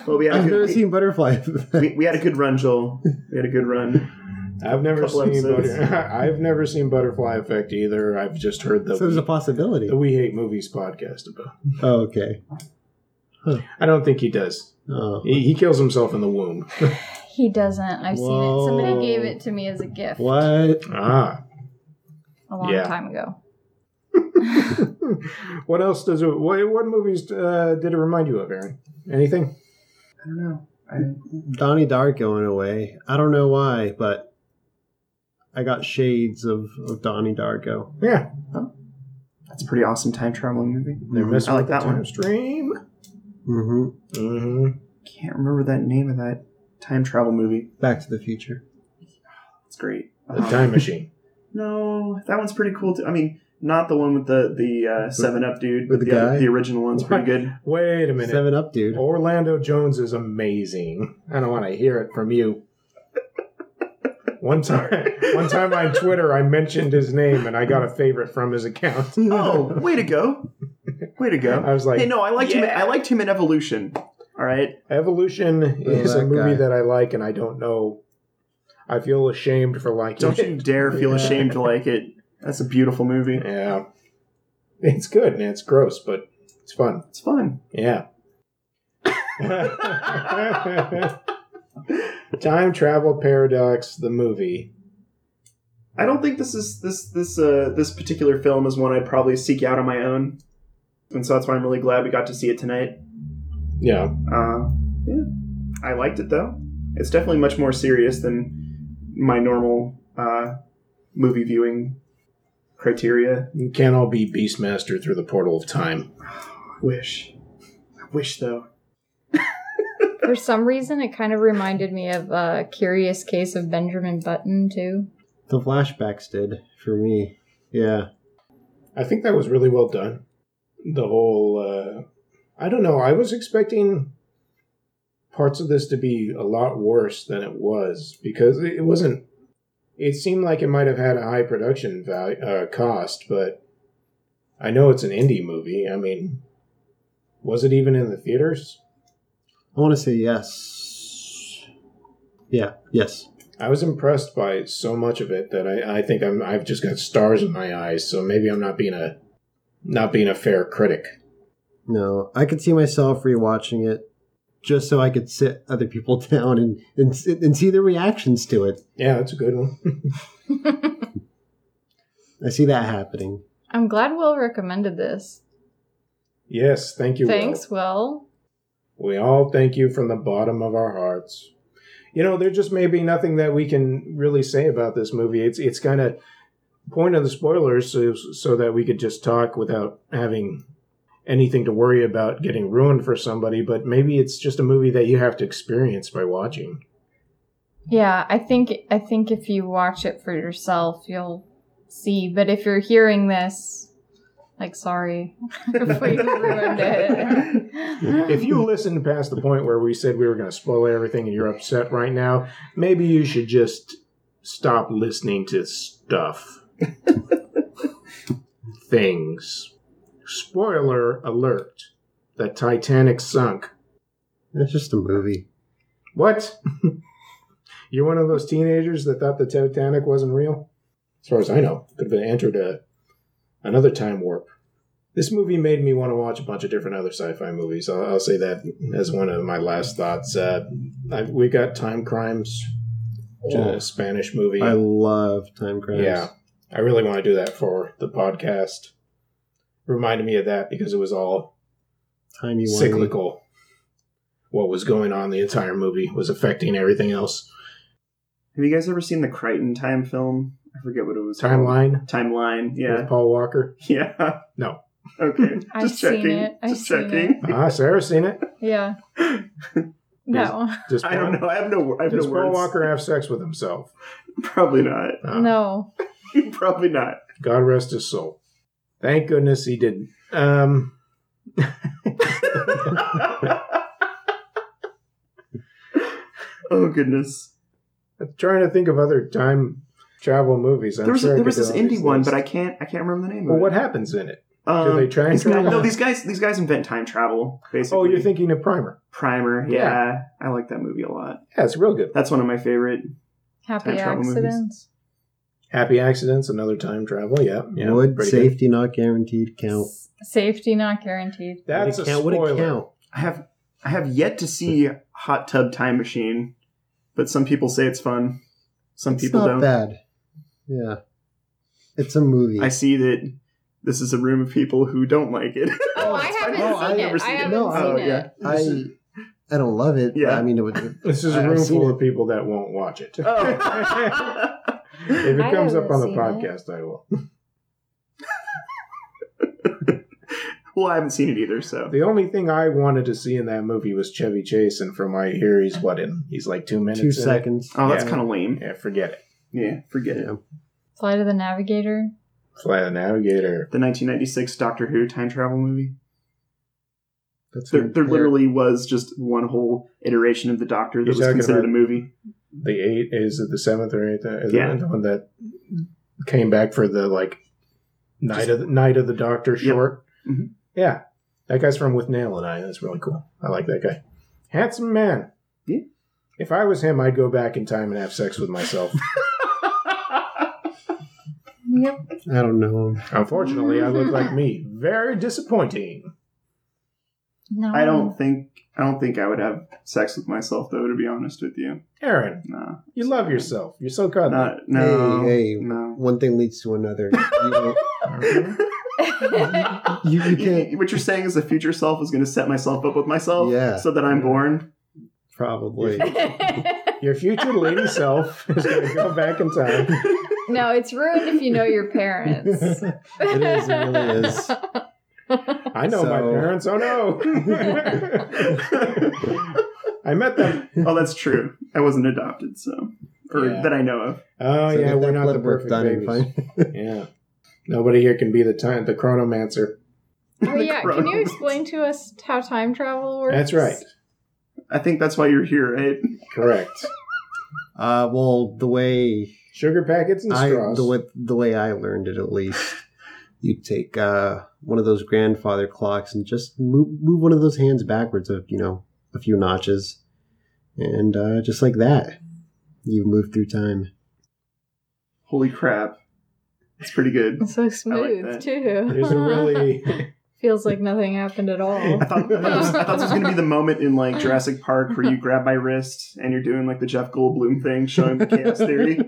Speaker 3: Well, we had a
Speaker 2: I've never
Speaker 3: good, we,
Speaker 2: seen Butterfly.
Speaker 3: we, we had a good run, Joel. We had a good run.
Speaker 1: I've never
Speaker 3: Couple
Speaker 1: seen
Speaker 3: episodes.
Speaker 1: butter- I've never seen Butterfly Effect either. I've just heard the
Speaker 2: so there's a
Speaker 1: the
Speaker 2: possibility.
Speaker 1: We Hate Movies podcast about.
Speaker 2: Oh, okay.
Speaker 1: I don't think he does.
Speaker 2: Oh.
Speaker 1: He, he kills himself in the womb.
Speaker 4: He doesn't. I've
Speaker 2: Whoa.
Speaker 4: seen it. Somebody gave it to me as a gift
Speaker 2: What?
Speaker 1: Ah,
Speaker 4: a long
Speaker 1: Yeah.
Speaker 4: time ago.
Speaker 1: what else does it? What, what movies uh, did it remind you of, Aaron? Anything?
Speaker 3: I don't know. I,
Speaker 2: Donnie Darko in a way. I don't know why, but I got shades of, of Donnie Darko.
Speaker 1: Yeah,
Speaker 3: that's a pretty awesome time traveling movie.
Speaker 1: they're messing
Speaker 3: I like
Speaker 1: with the
Speaker 3: that one. Mm-hmm.
Speaker 1: time stream.
Speaker 2: hmm
Speaker 1: hmm
Speaker 3: Can't remember that name of that time travel movie.
Speaker 2: Back to the Future.
Speaker 3: It's great.
Speaker 1: The
Speaker 3: Um,
Speaker 1: time machine.
Speaker 3: No, that one's pretty cool too. I mean, not the one with the the uh, Seven Up dude,
Speaker 2: With
Speaker 3: but
Speaker 2: the
Speaker 3: the, other-
Speaker 2: guy?
Speaker 3: the original one's pretty good.
Speaker 1: Wait a minute. Oh.
Speaker 2: Seven Up, dude.
Speaker 1: Orlando Jones is amazing. I don't want to hear it from you. One time, one time on Twitter, I mentioned his name and I got a favorite from his account.
Speaker 3: Oh, way to go! Way to
Speaker 1: I
Speaker 3: go!
Speaker 1: was like,
Speaker 3: hey, no, I liked him. I liked him in Evolution. All right,
Speaker 1: Evolution is a
Speaker 2: that
Speaker 1: movie
Speaker 2: guy.
Speaker 1: that I like, and I don't know. I feel ashamed for liking
Speaker 3: don't you
Speaker 1: it.
Speaker 3: dare feel
Speaker 2: Yeah.
Speaker 3: ashamed to like it. That's a beautiful movie.
Speaker 1: Yeah, it's good and it's gross, but it's fun.
Speaker 3: It's fun.
Speaker 1: Yeah. Time travel paradox, the movie.
Speaker 3: I don't think this is this this uh this particular film is one I'd probably seek out on my own, and so that's why I'm really glad we got to see it tonight.
Speaker 1: Yeah.
Speaker 3: Uh, yeah, I liked it though. It's definitely much more serious than my normal uh, movie viewing criteria.
Speaker 1: We can't all be Beastmaster through the portal of time.
Speaker 3: I wish, I wish though.
Speaker 4: For some reason, it kind of reminded me of uh, Curious Case of Benjamin Button too.
Speaker 2: The flashbacks did for me. Yeah.
Speaker 1: I think that was really well done. The whole, uh, I don't know, I was expecting parts of this to be a lot worse than it was because it it wasn't, it seemed like it might have had a high production value, uh, cost, but I know it's an indie movie. I mean, was it even in the theaters?
Speaker 2: I want to say yes. Yeah. Yes.
Speaker 1: I was impressed by so much of it that I, I think I'm I've just got stars in my eyes, so maybe I'm not being a not being a fair critic.
Speaker 2: No, I could see myself rewatching it just so I could sit other people down and and, s- and see their reactions to it.
Speaker 1: Yeah, that's a good one.
Speaker 2: I see that happening.
Speaker 4: I'm glad Will recommended this.
Speaker 1: yes, thank you. Will.
Speaker 4: Thanks, Will.
Speaker 1: We all thank you from the bottom of our hearts. You know, there just may be nothing that we can really say about this movie. It's it's kind of point of the spoilers so, so that we could just talk without having anything to worry about getting ruined for somebody, but maybe it's just a movie that you have to experience by watching.
Speaker 4: Yeah, I think I think if you watch it for yourself, you'll see. But if you're hearing this, like, sorry if we ruined it.
Speaker 1: If you listened past the point where we said we were going to spoil everything and you're upset right now, maybe you should just stop listening to stuff. Things. Spoiler alert. The Titanic sunk.
Speaker 2: It's just a movie.
Speaker 1: What? you're one of those teenagers that thought the Titanic wasn't real? As far as I know, could have been entered a, another time warp. This movie made me want to watch a bunch of different other sci-fi movies. I'll, I'll say that as one of my last thoughts. Uh, I, we got Time Crimes, which is
Speaker 2: Oh.
Speaker 1: a Spanish movie.
Speaker 2: I love Time Crimes.
Speaker 1: yeah, I really want to do that for the podcast. Reminded me of that because it was all
Speaker 2: Timey Wimey.
Speaker 1: cyclical. What was going on the entire movie was affecting everything else.
Speaker 3: Have you guys ever seen the Crichton Time film? I forget what it was. called.
Speaker 1: Timeline
Speaker 3: Timeline.
Speaker 1: with
Speaker 3: Yeah.
Speaker 1: Paul Walker.
Speaker 3: Yeah.
Speaker 1: No.
Speaker 3: Okay.
Speaker 4: I've
Speaker 3: Just
Speaker 4: seen
Speaker 3: checking.
Speaker 4: it. I've
Speaker 3: Just
Speaker 4: seen
Speaker 3: checking.
Speaker 1: Ah, Sarah's seen it.
Speaker 4: yeah, that one.
Speaker 1: Does
Speaker 3: I don't know. I have no. I have
Speaker 1: Does
Speaker 3: no
Speaker 1: Paul
Speaker 3: words.
Speaker 1: Walker have sex with himself?
Speaker 3: Probably not.
Speaker 1: Ah.
Speaker 4: No,
Speaker 3: Probably not.
Speaker 1: God rest his soul. Thank goodness he didn't. Um,
Speaker 3: oh goodness.
Speaker 1: I'm trying to think of other time travel movies. I'm
Speaker 3: there was
Speaker 1: sure I
Speaker 3: there
Speaker 1: could
Speaker 3: was
Speaker 1: go
Speaker 3: this
Speaker 1: on these
Speaker 3: indie one, but I
Speaker 1: lists.
Speaker 3: can't I can't remember the name
Speaker 1: Well,
Speaker 3: of
Speaker 1: what
Speaker 3: it.
Speaker 1: happens in it?
Speaker 3: Um,
Speaker 1: Do they try and
Speaker 3: these guys-
Speaker 1: travel?
Speaker 3: no, these guys these guys invent time travel. Basically,
Speaker 1: Oh, you're thinking of Primer.
Speaker 3: Primer.
Speaker 1: Yeah.
Speaker 3: Yeah. I like that movie a lot.
Speaker 1: Yeah, it's real good.
Speaker 3: That's one of my favorite.
Speaker 4: happy
Speaker 3: Time travel movies.
Speaker 4: accidents.
Speaker 1: Happy accidents, another time travel. Yeah, yeah.
Speaker 2: Would
Speaker 1: pretty
Speaker 2: safety not guaranteed count?
Speaker 4: S- Safety not guaranteed.
Speaker 1: Good. That's
Speaker 2: would it
Speaker 1: a
Speaker 2: count? Would
Speaker 1: spoiler.
Speaker 2: it count?
Speaker 3: I have I have yet to see Hot Tub Time Machine, but some people say it's fun. Some
Speaker 2: It's
Speaker 3: people
Speaker 2: not
Speaker 3: don't.
Speaker 2: bad. Yeah, it's a movie.
Speaker 3: I see that this is a room of people who don't like it.
Speaker 4: Oh, I
Speaker 3: It's
Speaker 4: haven't
Speaker 3: fine.
Speaker 2: Oh, I've
Speaker 4: seen
Speaker 2: never
Speaker 4: it. I
Speaker 3: seen it.
Speaker 4: haven't
Speaker 2: No,
Speaker 4: seen
Speaker 2: oh,
Speaker 4: it.
Speaker 3: yeah.
Speaker 2: I I don't love it. but
Speaker 3: Yeah.
Speaker 2: I mean, it would,
Speaker 1: This is
Speaker 2: I-
Speaker 1: a
Speaker 2: I've
Speaker 1: room
Speaker 2: seen
Speaker 1: full
Speaker 2: it.
Speaker 1: of people that won't watch it.
Speaker 3: Oh.
Speaker 1: if it
Speaker 4: I
Speaker 1: comes up
Speaker 4: haven't
Speaker 1: on the
Speaker 4: seen
Speaker 1: podcast, I will.
Speaker 3: well, I haven't seen it either, so
Speaker 1: The only thing I wanted to see in that movie was Chevy Chase, and from what I hear, he's what in? He's like two minutes.
Speaker 2: two
Speaker 1: in it?
Speaker 2: seconds.
Speaker 3: Oh, that's
Speaker 1: Yeah.
Speaker 3: kind of lame.
Speaker 1: Yeah, forget it.
Speaker 3: Yeah, forget it.
Speaker 2: Yeah.
Speaker 4: Flight of the Navigator.
Speaker 1: Fly the Navigator.
Speaker 3: The 1996 Doctor Who time travel movie.
Speaker 2: That's
Speaker 3: There,
Speaker 2: what-
Speaker 3: there literally was just one whole iteration of the Doctor that
Speaker 1: You're
Speaker 3: was
Speaker 1: talking
Speaker 3: considered
Speaker 1: about-
Speaker 3: a movie.
Speaker 1: The eight is it the seventh or eighth? Is
Speaker 3: Yeah.
Speaker 1: it the one that came back for the like night of the, night of the Doctor short.
Speaker 3: Mhm.
Speaker 1: Yeah, that guy's from With Nail and I. That's really cool. I like that guy. Handsome man.
Speaker 3: Yeah.
Speaker 1: If I was him, I'd go back in time and have sex with myself.
Speaker 4: Yep.
Speaker 2: I don't know.
Speaker 1: Unfortunately, I look like me. Very disappointing.
Speaker 4: No.
Speaker 3: I don't think I don't think I would have sex with myself though. To be honest with you,
Speaker 1: Aaron,
Speaker 3: no,
Speaker 1: you love yourself. You're so cuddly.
Speaker 3: not, no,
Speaker 2: Hey, hey.
Speaker 3: no.
Speaker 2: One thing leads to another. You, don't- you, you can't
Speaker 3: what you're saying is the future self is going to set myself up with myself,
Speaker 2: Yeah.
Speaker 3: so that I'm born.
Speaker 2: probably.
Speaker 1: Your future lady self is going to go back in time.
Speaker 4: no, it's ruined if you know your parents.
Speaker 2: it is. It really is.
Speaker 1: Oh, I know my
Speaker 2: So-
Speaker 1: parents. Oh no, I met them.
Speaker 3: oh, that's true. I wasn't adopted, so or
Speaker 1: Yeah.
Speaker 3: that I know of.
Speaker 1: Oh
Speaker 2: So
Speaker 1: yeah,
Speaker 2: get
Speaker 1: we're
Speaker 2: that
Speaker 1: not
Speaker 2: blood
Speaker 1: the
Speaker 2: work
Speaker 1: perfect
Speaker 2: done and
Speaker 1: babies.
Speaker 2: find-
Speaker 1: Yeah, nobody here can be the time the chronomancer.
Speaker 4: Well,
Speaker 3: The
Speaker 4: yeah. Can you
Speaker 3: Chronomancer.
Speaker 4: explain to us how time travel works?
Speaker 1: That's right.
Speaker 3: I think that's why you're here, right?
Speaker 1: Correct.
Speaker 2: Uh, well, the way
Speaker 1: Sugar packets and
Speaker 2: I
Speaker 1: straws.
Speaker 2: the way, the way I learned it, at least, you take uh, one of those grandfather clocks and just move move one of those hands backwards of you know a few notches, and uh, just like that, You've moved through time.
Speaker 3: Holy crap. It's pretty good.
Speaker 4: It's so smooth
Speaker 3: that.
Speaker 4: too.
Speaker 1: There's a really
Speaker 4: feels like nothing happened at all.
Speaker 3: I thought, I thought this, I thought this was going to be the moment in like Jurassic Park where you grab my wrist and you're doing like the Jeff Goldblum thing, showing the chaos theory.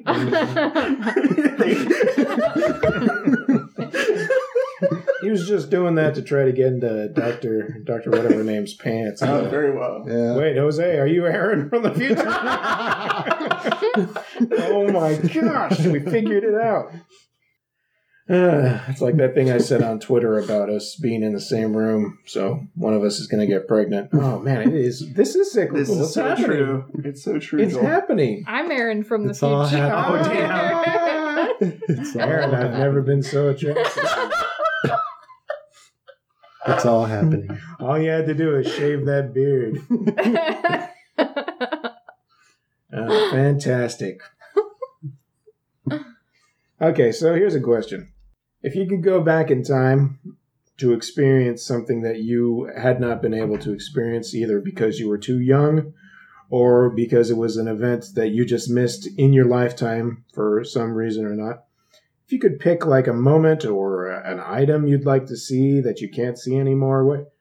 Speaker 1: he was just doing that to try to get into Doctor Doctor whatever her name's pants.
Speaker 3: oh, very well.
Speaker 2: Yeah.
Speaker 1: Wait, Jose, are you Aaron from the future? oh my gosh, we figured it out. Uh, it's like that thing I said on Twitter about us being in the same room, so one of us is going to get pregnant. Oh man, it is. This is cyclical.
Speaker 3: This
Speaker 1: What's
Speaker 3: is so
Speaker 1: happening?
Speaker 3: true. It's so true.
Speaker 1: It's
Speaker 3: Joel.
Speaker 1: happening.
Speaker 4: I'm Aaron from
Speaker 2: It's
Speaker 4: the
Speaker 2: all
Speaker 4: future.
Speaker 2: happening.
Speaker 3: Oh, damn.
Speaker 2: It's all,
Speaker 1: Aaron, I've
Speaker 2: happening.
Speaker 1: never been so attractive.
Speaker 2: it's all happening.
Speaker 1: All you had to do is shave that beard.
Speaker 3: Oh,
Speaker 1: Uh, fantastic. okay, so here's a question. If you could go back in time to experience something that you had not been able to experience, either because you were too young or because it was an event that you just missed in your lifetime for some reason or not, if you could pick like a moment or a- an item you'd like to see that you can't see anymore, what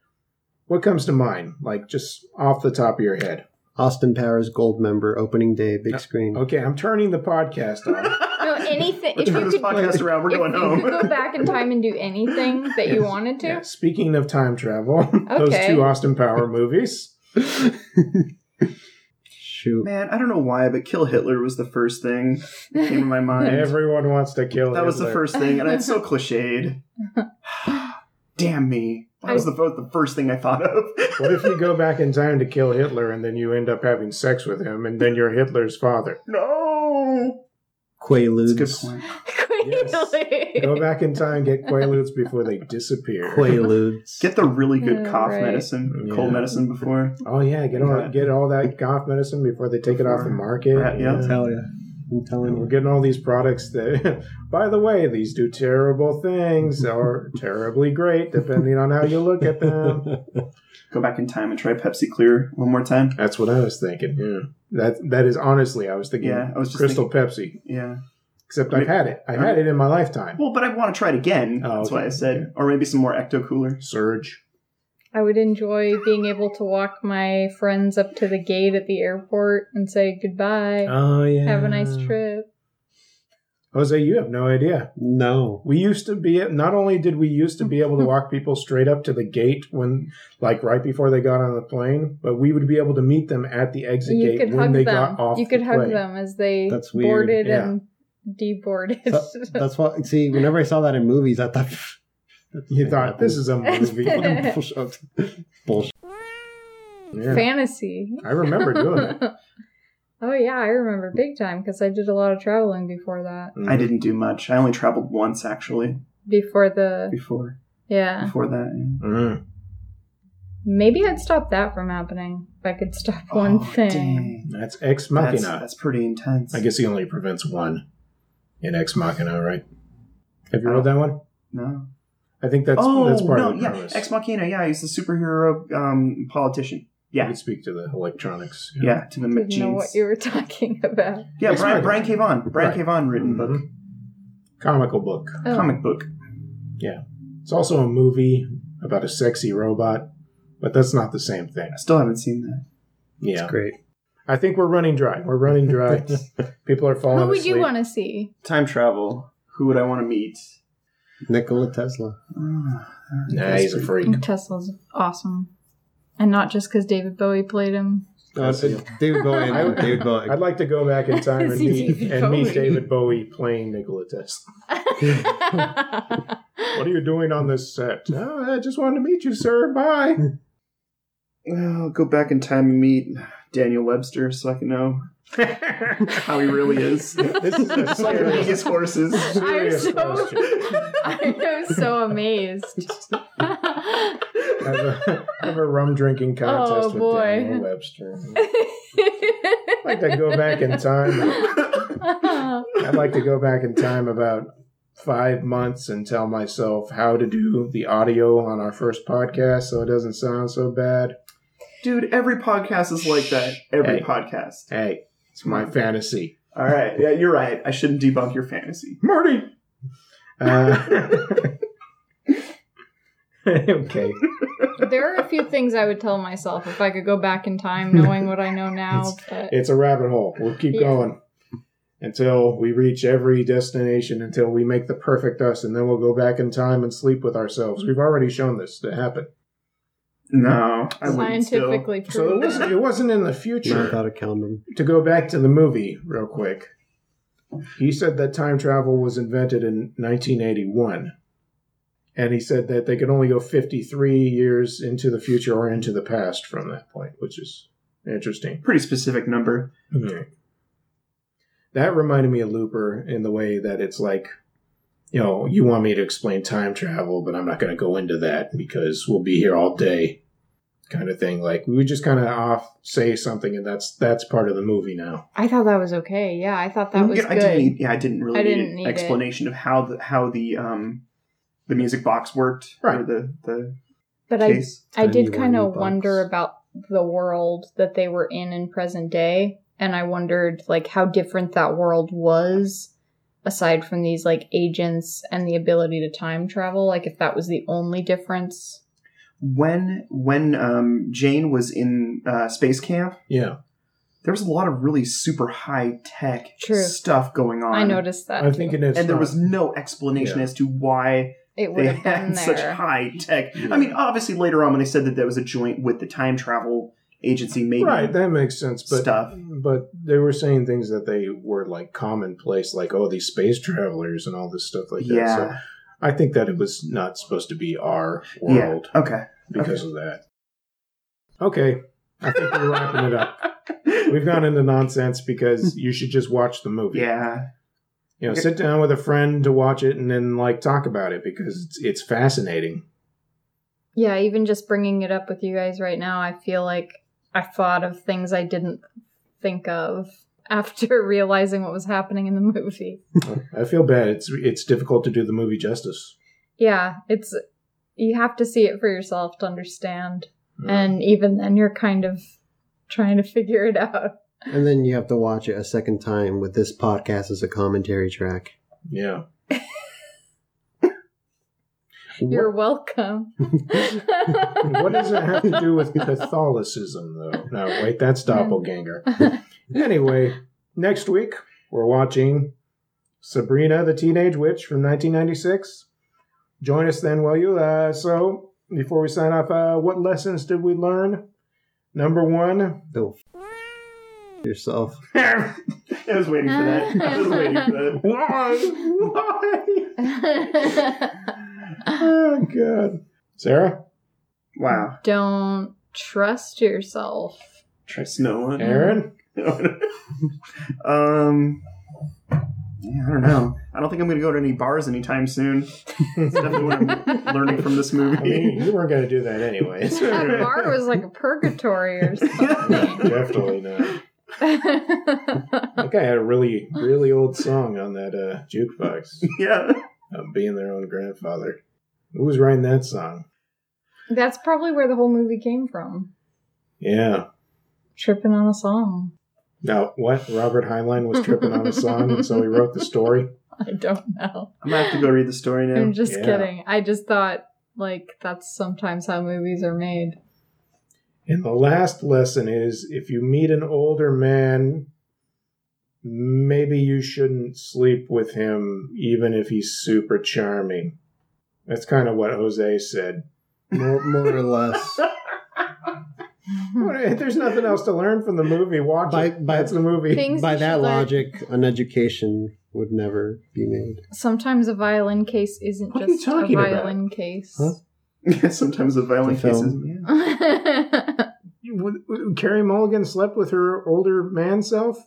Speaker 1: what comes to mind? Like just off the top of your head.
Speaker 2: Austin Powers Gold member opening day big screen.
Speaker 1: Okay, I'm turning the podcast off.
Speaker 4: no, anything.
Speaker 3: We'll
Speaker 4: If you
Speaker 3: turn
Speaker 4: could,
Speaker 3: this podcast around. We're
Speaker 4: if
Speaker 3: going
Speaker 4: you could
Speaker 3: home.
Speaker 4: go back in time and do anything that you
Speaker 1: Yes.
Speaker 4: wanted to,
Speaker 1: Yeah, speaking of time travel, those
Speaker 4: Okay.
Speaker 1: two Austin Power movies.
Speaker 2: Shoot.
Speaker 3: Man, I don't know why, but Kill Hitler was the first thing that came to my mind.
Speaker 1: Everyone wants to kill.
Speaker 3: that was the
Speaker 1: Hitler.
Speaker 3: first thing, and it's so cliched. Damn me. That was the, the first thing I thought of.
Speaker 1: What if you go back in time to kill Hitler and then you end up having sex with him and then you're Hitler's father?
Speaker 3: no! That's a
Speaker 2: Quaaludes.
Speaker 3: good point.
Speaker 1: Go back in time, get Quaaludes before they disappear.
Speaker 2: Quaaludes.
Speaker 3: Get the really good
Speaker 4: Yeah,
Speaker 3: cough
Speaker 4: right.
Speaker 3: medicine,
Speaker 1: Yeah.
Speaker 3: cold medicine before.
Speaker 1: Oh yeah, get all get all that cough medicine before they take it off the market.
Speaker 3: Right, yeah.
Speaker 2: Hell yeah. I'm telling
Speaker 1: We're
Speaker 2: you.
Speaker 1: getting all these products that, by the way, these do terrible things or terribly great, depending on how you look at them.
Speaker 3: Go back in time and try Pepsi Clear one more time.
Speaker 1: That's what I was thinking. Yeah, that that is honestly, I was thinking
Speaker 3: Yeah, I was just
Speaker 1: Crystal Pepsi.
Speaker 3: Yeah.
Speaker 1: Except
Speaker 3: I
Speaker 1: I've
Speaker 3: mean-
Speaker 1: had it. I've had it in my lifetime.
Speaker 3: Well, but I want to try it again.
Speaker 1: Oh,
Speaker 3: That's why
Speaker 1: okay,
Speaker 3: I said.
Speaker 1: okay.
Speaker 3: Or maybe some more Ecto Cooler.
Speaker 1: Surge.
Speaker 4: I would enjoy being able to walk my friends up to the gate at the airport and say goodbye.
Speaker 1: Oh yeah.
Speaker 4: Have a nice trip.
Speaker 1: Jose, you have no idea.
Speaker 2: No.
Speaker 1: We used to be not only did we used to be able to walk people straight up to the gate when like right before they got on the plane, but we would be able to meet them at the exit
Speaker 4: you
Speaker 1: gate
Speaker 4: could
Speaker 1: when
Speaker 4: hug
Speaker 1: they
Speaker 4: them.
Speaker 1: got off.
Speaker 4: You could
Speaker 1: the
Speaker 4: hug
Speaker 1: plane.
Speaker 4: them as they
Speaker 2: That's weird.
Speaker 4: boarded
Speaker 1: Yeah.
Speaker 4: and deboarded.
Speaker 2: That's what. See, whenever I saw that in movies, I thought.
Speaker 1: You thought this is a movie.
Speaker 4: It's-
Speaker 2: Bullshit. Bullshit.
Speaker 1: yeah.
Speaker 4: Fantasy.
Speaker 1: I remember doing it.
Speaker 4: oh yeah, I remember big time because I did a lot of traveling before that.
Speaker 1: Mm.
Speaker 3: I didn't do much. I only traveled once, actually,
Speaker 4: Before the
Speaker 3: before
Speaker 4: yeah,
Speaker 3: before that. yeah.
Speaker 1: Mm.
Speaker 4: maybe I'd stop that from happening if I could stop
Speaker 1: Oh,
Speaker 3: One
Speaker 4: one thing.
Speaker 1: That's ex
Speaker 3: That's,
Speaker 1: machina.
Speaker 3: that's pretty intense.
Speaker 1: I guess he only prevents one in Ex Machina, right? Have you
Speaker 3: I
Speaker 1: read that one?
Speaker 3: No.
Speaker 1: I think that's
Speaker 3: oh,
Speaker 1: that's part
Speaker 3: no,
Speaker 1: of the
Speaker 3: yeah.
Speaker 1: premise.
Speaker 3: Ex Machina, yeah. He's the superhero um, politician.
Speaker 1: You
Speaker 3: Yeah.
Speaker 1: could speak to the electronics.
Speaker 3: Yeah, to the
Speaker 4: Didn't know
Speaker 3: machines.
Speaker 4: what you were talking about.
Speaker 3: Yeah,
Speaker 1: Ex
Speaker 3: Brian,
Speaker 1: Machina.
Speaker 3: Brian K. Vaughan. Brian
Speaker 1: Right. Mm-hmm.
Speaker 3: K. Vaughan written book.
Speaker 1: Comical book.
Speaker 4: Oh.
Speaker 3: Comic book.
Speaker 1: It's also a movie about a sexy robot, but that's not the same thing.
Speaker 3: I still haven't seen that.
Speaker 1: Yeah.
Speaker 2: Great.
Speaker 1: I think we're running dry. We're running dry. People are falling
Speaker 4: Who would
Speaker 1: asleep.
Speaker 4: you want to see?
Speaker 3: Time travel. Who would I want to meet?
Speaker 2: Nikola Tesla.
Speaker 3: Ah,
Speaker 1: nah,
Speaker 3: that's
Speaker 1: he's a
Speaker 3: pretty-
Speaker 1: freak.
Speaker 4: Tesla's awesome, and not just because David Bowie played him.
Speaker 1: Uh,
Speaker 2: Oh, David Bowie. and- David Bowie.
Speaker 1: I'd like to go back in time and
Speaker 4: See
Speaker 1: meet,
Speaker 4: David
Speaker 1: and meet
Speaker 4: Bowie.
Speaker 1: David Bowie playing Nikola Tesla. What are you doing on this set? Oh, I just wanted to meet you, sir. Bye.
Speaker 3: Oh, go back in time and meet Daniel Webster so I can know how he really is.
Speaker 1: This is a
Speaker 3: Like the
Speaker 1: serious,
Speaker 3: biggest horses.
Speaker 4: I'm
Speaker 1: serious
Speaker 4: so
Speaker 1: question.
Speaker 4: I'm so amazed.
Speaker 1: have a, have a rum drinking contest
Speaker 4: Oh,
Speaker 1: with
Speaker 4: boy.
Speaker 1: Daniel Webster. I'd like to go back in time. I'd like to go back in time about five months and tell myself how to do the audio on our first podcast so it doesn't sound so bad.
Speaker 3: Dude, every podcast is like that. Every
Speaker 1: Hey.
Speaker 3: podcast.
Speaker 1: Hey, it's It's my fantasy.
Speaker 3: All right. Yeah, you're right. I shouldn't debunk your fantasy.
Speaker 1: Marty! Uh, okay.
Speaker 4: There are a few things I would tell myself if I could go back in time, knowing what I know now. But
Speaker 1: It's a rabbit hole. We'll keep
Speaker 4: Yeah.
Speaker 1: going until we reach every destination, until we make the perfect us, and then we'll go back in time and sleep with ourselves. We've already shown this to happen.
Speaker 3: No, I wouldn't. Still.
Speaker 4: scientifically proven.
Speaker 1: So it wasn't, it wasn't in the future.
Speaker 2: Not without a condom.
Speaker 1: to go back to the movie real quick, he said that time travel was invented in 1981. And he said that they could only go 53 years into the future or into the past from that point, which is interesting.
Speaker 3: Pretty specific number.
Speaker 1: That reminded me of Looper in the way that it's like, you know, you want me to explain time travel, but I'm not going to go into that because we'll be here all day, kind of thing. Like we would just kind of off say something, and that's that's part of the movie now.
Speaker 4: I thought that was okay. Yeah, I thought that was
Speaker 3: I
Speaker 4: good.
Speaker 3: didn't need, Mm, yeah, I didn't really
Speaker 4: I didn't
Speaker 3: need
Speaker 4: need
Speaker 3: an
Speaker 4: it.
Speaker 3: explanation of how the how the um the music box worked or
Speaker 1: Right.
Speaker 3: the the
Speaker 4: but I,
Speaker 3: case.
Speaker 4: I did
Speaker 2: Tiny
Speaker 4: kind
Speaker 2: whiny
Speaker 4: of
Speaker 2: box.
Speaker 4: wonder about the world that they were in in present day, and I wondered like how different that world was aside from these like agents and the ability to time travel. Like if that was the only difference.
Speaker 3: when when um, Jane was in uh, space camp,
Speaker 1: Yeah.
Speaker 3: there was a lot of really super high tech
Speaker 4: True.
Speaker 3: stuff going on.
Speaker 4: I noticed that.
Speaker 1: I'm
Speaker 4: too.
Speaker 1: thinking it's
Speaker 3: and there
Speaker 1: not-
Speaker 3: was no explanation
Speaker 1: Yeah.
Speaker 3: as to why
Speaker 4: it would
Speaker 3: they
Speaker 4: have been
Speaker 3: had
Speaker 4: there.
Speaker 3: such high tech.
Speaker 1: Yeah.
Speaker 3: I mean, obviously later on when they said that that was a joint with the time travel agency, maybe
Speaker 1: right. That makes sense, but
Speaker 3: Stuff.
Speaker 1: but they were saying things that they were like commonplace, like oh these space travelers and all this stuff like that.
Speaker 3: yeah,
Speaker 1: So I think that it was not supposed to be our world
Speaker 3: yeah. Okay,
Speaker 1: because of that. Okay, I think we're wrapping it up. We've gone into nonsense because you should just watch the movie.
Speaker 3: Hmm. yeah,
Speaker 1: You know, sit down with a friend to watch it and then like talk about it because it's, it's fascinating.
Speaker 4: yeah, even just bringing it up with you guys right now, I feel like I thought of things I didn't think of after realizing what was happening in the movie.
Speaker 1: I feel bad. It's it's difficult to do the movie justice.
Speaker 4: Yeah, it's you have to see it for yourself to understand.
Speaker 1: Uh, Mm.
Speaker 4: And even then you're kind of trying to figure it out.
Speaker 2: And then you have to watch it a second time with this podcast as a commentary track.
Speaker 1: Yeah.
Speaker 4: You're welcome.
Speaker 1: what does it have to do with Catholicism, though? No, wait, that's doppelganger. Anyway, next week we're watching Sabrina the Teenage Witch from 1996. Join us then, will you? Uh, so, before we sign off, uh, what lessons did we learn? Number one,
Speaker 2: Don't f- yourself.
Speaker 3: I was waiting for that. I was waiting for that. Why?
Speaker 1: oh god, Sarah,
Speaker 3: Wow.
Speaker 4: Don't trust yourself.
Speaker 3: Trust no one.
Speaker 1: Aaron,
Speaker 3: um, yeah, I don't know. I don't think I'm going to go to any bars anytime soon. That's definitely what I'm learning from this movie.
Speaker 1: I mean, you weren't going to do that anyways.
Speaker 4: That bar was like a purgatory or something.
Speaker 1: Definitely not. I think I had a really, really old song on that uh, jukebox
Speaker 3: yeah.
Speaker 1: of being their own grandfather. Who was writing that song?
Speaker 4: That's probably where the whole movie came from.
Speaker 1: Yeah.
Speaker 4: Tripping on a song.
Speaker 1: Now, what? Robert Heinlein was tripping on a song, and so he wrote the story.
Speaker 4: I don't know.
Speaker 3: I'm going to have to go read the story now.
Speaker 4: I'm just
Speaker 1: Yeah.
Speaker 4: kidding. I just thought like that's sometimes how movies are made.
Speaker 1: And the last lesson is if you meet an older man, maybe you shouldn't sleep with him, even if he's super charming. That's kind of what Jose said.
Speaker 2: More, more or less.
Speaker 1: What- eh, There's nothing else to learn from the movie. Watch
Speaker 2: By-
Speaker 1: it.
Speaker 2: by-
Speaker 1: That's the movie.
Speaker 4: Things
Speaker 2: By
Speaker 4: you
Speaker 2: that
Speaker 4: should learn-
Speaker 2: logic, an education would never be made.
Speaker 4: sometimes a violin case isn't
Speaker 1: What are you
Speaker 4: just a
Speaker 1: talking about?
Speaker 4: violin case.
Speaker 1: Huh?
Speaker 3: Yeah, sometimes the violent
Speaker 2: The
Speaker 3: cases.
Speaker 2: film.
Speaker 3: Yeah.
Speaker 1: Would- would- Carrie Mulligan slept with her older man self?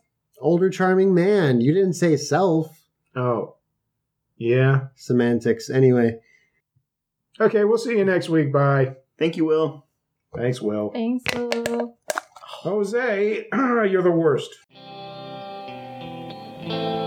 Speaker 2: Older charming man. You didn't say self.
Speaker 1: Oh. Yeah.
Speaker 2: Semantics. Anyway.
Speaker 1: Okay, we'll see you next week. Bye.
Speaker 3: Thank you, Will.
Speaker 1: Thanks, Will.
Speaker 4: Thanks. Lil.
Speaker 1: Jose, you're the worst.
Speaker 5: Thank